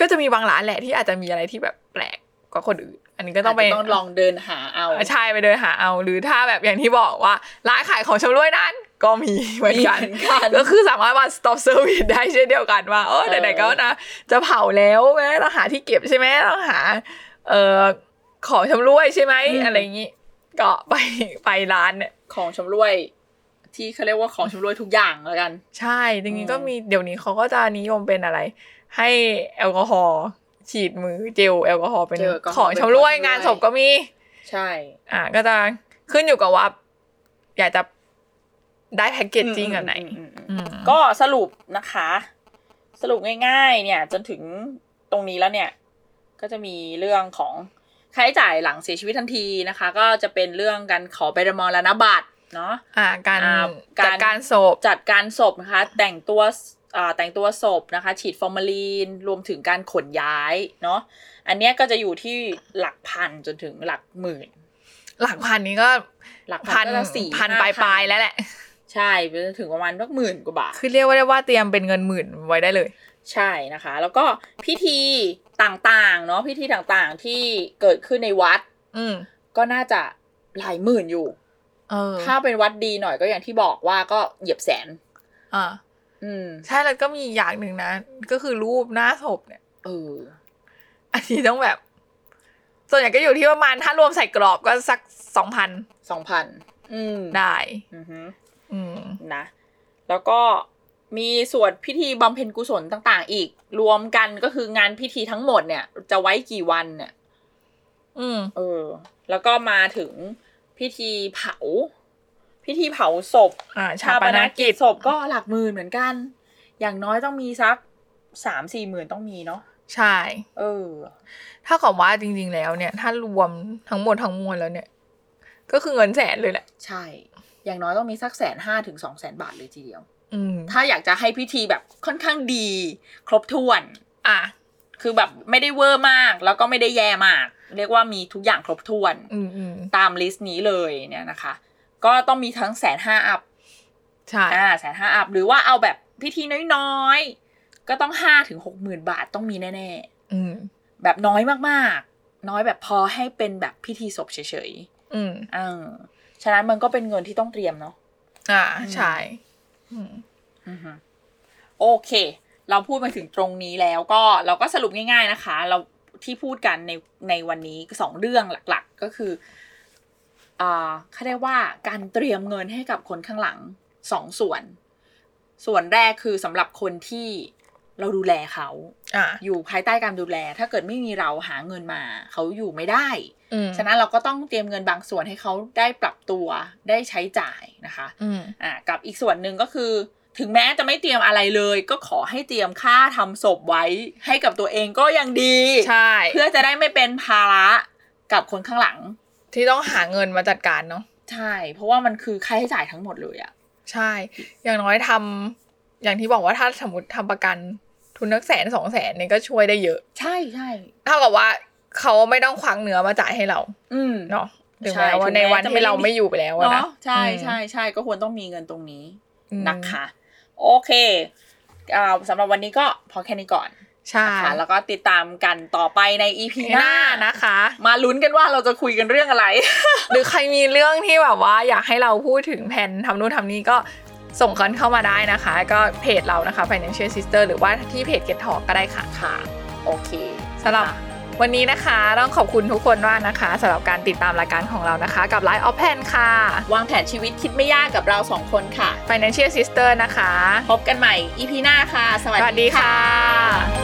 [SPEAKER 4] ก็จะมีบางร้านแหละที่อาจจะมีอะไรที่แบบแปลกกว่าคนอื่น อันนี้ก็ต้องไป
[SPEAKER 5] าจจะต้องลองเดินหาเอา
[SPEAKER 4] ใช่ไปเดินหาเอา หรือถ้าแบบอย่างที่บอกว่า ร้านขายของชำร่วยนั้น ก็มีเหมือนกัน
[SPEAKER 5] มีเหมือนกัน
[SPEAKER 4] ก็คือสามารถมา stop service ได้เช่นเดียวกันว่าเออ
[SPEAKER 5] เออ
[SPEAKER 4] ไหนๆก็นะจะเผาแล้วแม่ต้องหาที่เก็บใช่ไหมต้องหา เอ่อของชำร่วยใช่ไหมอะไรอย่างนี้ก็ไป *laughs* ไปร้านเนี่ย
[SPEAKER 5] ของชำร่วย ที่เขาเรียกว่าของชำร่วยทุกอย่างแล้วกัน
[SPEAKER 4] ใช่จริง
[SPEAKER 5] อืม
[SPEAKER 4] ๆก็มีเดี๋ยวนี้เขาก็จะนิยมเป็นอะไร ให้แอลกอฮอล์ฉีดมือเจลแอลกอฮอล์เป็นของชำร่วยงานศพก็มี
[SPEAKER 5] ใช่
[SPEAKER 4] อ่า ก็จะขึ้นอยู่กับว่าอยากจะได้แพ็กเกจจิ้งแบบไหน
[SPEAKER 5] อืมอืมอืม
[SPEAKER 4] อืม
[SPEAKER 5] ก็สรุปนะคะ สรุปง่าย ๆ เนี่ย จนถึงตรงนี้แล้วเนี่ย ก็จะมีเรื่องของค่าใช้จ่ายหลังเสียชีวิตทันทีนะคะ ก็จะเป็นเรื่องการขอใบมรณบัตรเนาะ
[SPEAKER 4] อ่า การ
[SPEAKER 5] อ่าการ
[SPEAKER 4] จัดการศพ
[SPEAKER 5] จัดการศพนะคะ แต่งตัวอ่าแต่งตัวศพนะคะ ฉีดฟอร์มาลีน รวมถึงการขนย้ายเนาะอันเนี้ยก็จะอยู่ที่หลักพันจนถึงหลักหมื่น
[SPEAKER 4] หลักพันนี้ก็
[SPEAKER 5] หลักพั
[SPEAKER 4] พั
[SPEAKER 5] น
[SPEAKER 4] น
[SPEAKER 5] ก็จะสี่
[SPEAKER 4] พัน
[SPEAKER 5] ห้
[SPEAKER 4] ปลายปลายๆแล้วแหละ
[SPEAKER 5] ใช่ไปจนถึงประมาณสักหมื่นกว่าบาท
[SPEAKER 4] คือเรียกว่าได้ว่าเตรียมเป็นเงินหมื่นไว้ได้เลย
[SPEAKER 5] ใช่นะคะ แล้วก็พิธีต่างๆ เนาะพิธีต่างๆที่เกิดขึ้นในวัด
[SPEAKER 4] อืม
[SPEAKER 5] ก็น่าจะหลายหมื่นอยู่
[SPEAKER 4] เออ
[SPEAKER 5] ถ้าเป็นวัดดีหน่อยก็อย่างที่บอกว่าก็เหยียบแสน
[SPEAKER 4] อ่า
[SPEAKER 5] อืม
[SPEAKER 4] ใช่แล้วก็มีอีกอย่างหนึ่งนะ ก็คือรูปหน้าศพเนี่ย
[SPEAKER 5] เออ
[SPEAKER 4] อันนี้ต้องแบบ ส่วนใหญ่ก็อยู่ที่ประมาณถ้ารวมใส่กรอบก็สักสองพัน
[SPEAKER 5] สองพันอืม
[SPEAKER 4] ได้
[SPEAKER 5] อือฮึ
[SPEAKER 4] อืม
[SPEAKER 5] นะ แล้วก็มีส่วนพิธีบำเพ็ญกุศลต่างๆ อีกรวมกันก็คืองานพิธีทั้งหมดเนี่ย จะไว้กี่วันเนี่ย
[SPEAKER 4] อืม
[SPEAKER 5] เออ แล้วก็มาถึงพิธีเผา พิธีเผาศพ
[SPEAKER 4] อ่า ชา
[SPEAKER 5] ชา
[SPEAKER 4] ป
[SPEAKER 5] ป
[SPEAKER 4] น
[SPEAKER 5] น
[SPEAKER 4] กิ
[SPEAKER 5] กิ
[SPEAKER 4] จ
[SPEAKER 5] จศพก็หลักหมื่นเหมือนกัน อย่างน้อยต้องมีสักสามสี่หมื่นต้องมีเนาะ
[SPEAKER 4] ใช่
[SPEAKER 5] เออ
[SPEAKER 4] ถ้ากับว่าจริง ๆ แล้วเนี่ย ถ้ารวมทั้งหมดทั้งมวลแล้วเนี่ย ก็คือเงินแสนเลยแหละ
[SPEAKER 5] ใช่ อย่างน้อยต้องมีสักแสนห้าถึงสองแสนบาทเลยทีเดียว
[SPEAKER 4] อืม
[SPEAKER 5] ถ้าอยากจะให้พิธีแบบค่อนข้างดี ครบถ้วน
[SPEAKER 4] อ่ะ
[SPEAKER 5] คือแบบไม่ได้เวอร์มาก แล้วก็ไม่ได้แย่มาก เรียกว่ามีทุกอย่างครบถ้วน
[SPEAKER 4] อืมอืม
[SPEAKER 5] ตามลิสต์นี้เลยเนี่ยนะคะ ก็ต้องมีทั้งแสนห้าอัพ
[SPEAKER 4] ใช่
[SPEAKER 5] อ่าแสนห้าอัพ หรือว่าเอาแบบพิธีน้อยๆ ก็ต้องห้าถึงหกหมื่นบาทต้องมีแน่ๆ
[SPEAKER 4] อืม
[SPEAKER 5] แบบน้อยมากๆ น้อยแบบพอให้เป็นแบบพิธีศพเฉย
[SPEAKER 4] อืม
[SPEAKER 5] ๆเออฉะนั้นมันก็เป็นเงินที่ต้องเตรียมเนาะ
[SPEAKER 4] อ่า
[SPEAKER 5] อืม
[SPEAKER 4] ใช่อืม
[SPEAKER 5] โอเค เราพูดมาถึงตรงนี้แล้วก็เราก็สรุปง่าย ๆนะคะ เราที่พูดกันในในวันนี้สองเรื่องหลักๆ ก็คืออ่าเขาเรียกว่าการเตรียมเงินให้กับคนข้างหลังสองส่วน ส่วนแรกคือสำหรับคนที่เราดูแลเขา
[SPEAKER 4] อ่า
[SPEAKER 5] อยู่ภายใต้การดูแล ถ้าเกิดไม่มีเราหาเงินมา เขาอยู่ไม่ได้
[SPEAKER 4] อืม
[SPEAKER 5] ฉะนั้นเราก็ต้องเตรียมเงินบางส่วนให้เขาได้ปรับตัวได้ใช้จ่ายนะคะ
[SPEAKER 4] อืม
[SPEAKER 5] อ่ากับอีกส่วนหนึ่งก็คือ ถึงแม้จะไม่เตรียมอะไรเลย ก็ขอให้เตรียมค่าทำศพไว้ให้กับตัวเองก็ยังดี
[SPEAKER 4] ใช่
[SPEAKER 5] เพื่อจะได้ไม่เป็นภาระ กับคนข้างหลัง
[SPEAKER 4] ที่ต้องหาเงินมาจัดการเนาะ
[SPEAKER 5] ใช่ เพราะว่ามันคือค่าใช้จ่ายทั้งหมดเลยอะ
[SPEAKER 4] ใช่ อย่างน้อยทำอย่างที่บอกว่าถ้าสมมติทำประกันทุนนักแสนสองแสนเนี่ยก็ช่วยได้เยอะ
[SPEAKER 5] ใช่ใช่
[SPEAKER 4] เท่ากับว่าเขาไม่ต้องควักเนื้อมาจ่ายให้เรา
[SPEAKER 5] อืม
[SPEAKER 4] เนาะถึง
[SPEAKER 5] ใช่
[SPEAKER 4] แม้ว่า
[SPEAKER 5] ถึงแม้
[SPEAKER 4] ในวัน
[SPEAKER 5] จะไม่
[SPEAKER 4] ที่
[SPEAKER 5] ได้
[SPEAKER 4] เราไม่อยู่ไปแล้วอะนะ
[SPEAKER 5] เนาะใช่ใช่ใช่ก็ควรต้องมีเงินตรงนี้
[SPEAKER 4] อืม
[SPEAKER 5] นะคะ โอเคอ่าสำหรับวันนี้ก็พอแค่นี้ก่อน
[SPEAKER 4] ใช่
[SPEAKER 5] นะคะแล้วก็ติดตามกันต่อไปใน EP
[SPEAKER 4] ปี
[SPEAKER 5] ห
[SPEAKER 4] ห
[SPEAKER 5] น้า
[SPEAKER 4] น้า
[SPEAKER 5] นะ
[SPEAKER 4] นะคะ
[SPEAKER 5] มาลุ้นกันว่าเราจะคุยกันเรื่องอะไร
[SPEAKER 4] หรือใครมีเรื่องที่แบบว่าอยากให้เราพูดถึงแผนทำนู่นทำนี่ก็ส่งกันเข้ามาได้นะคะ ก็เพจเรานะคะ Financial Sister หรือว่าที่เพจ Get Talk ก็ได้ค่ะ
[SPEAKER 5] ค่ะ โอเค
[SPEAKER 4] สำหรับวันนี้นะคะ ต้องขอบคุณทุกคนมากนะคะสำหรับการติดตามรายการของเรานะคะ กับ Line of Plan ค่ะ
[SPEAKER 5] วางแผนชีวิตคิดไม่ยากกับเราสองคนค่ะ
[SPEAKER 4] Financial Sister นะคะ
[SPEAKER 5] พบกันใหม่ EP หน้าค่ะ ส
[SPEAKER 4] ส
[SPEAKER 5] วัส
[SPEAKER 4] วัส
[SPEAKER 5] ดี
[SPEAKER 4] ดีค
[SPEAKER 5] ค่ะ
[SPEAKER 4] ่ะ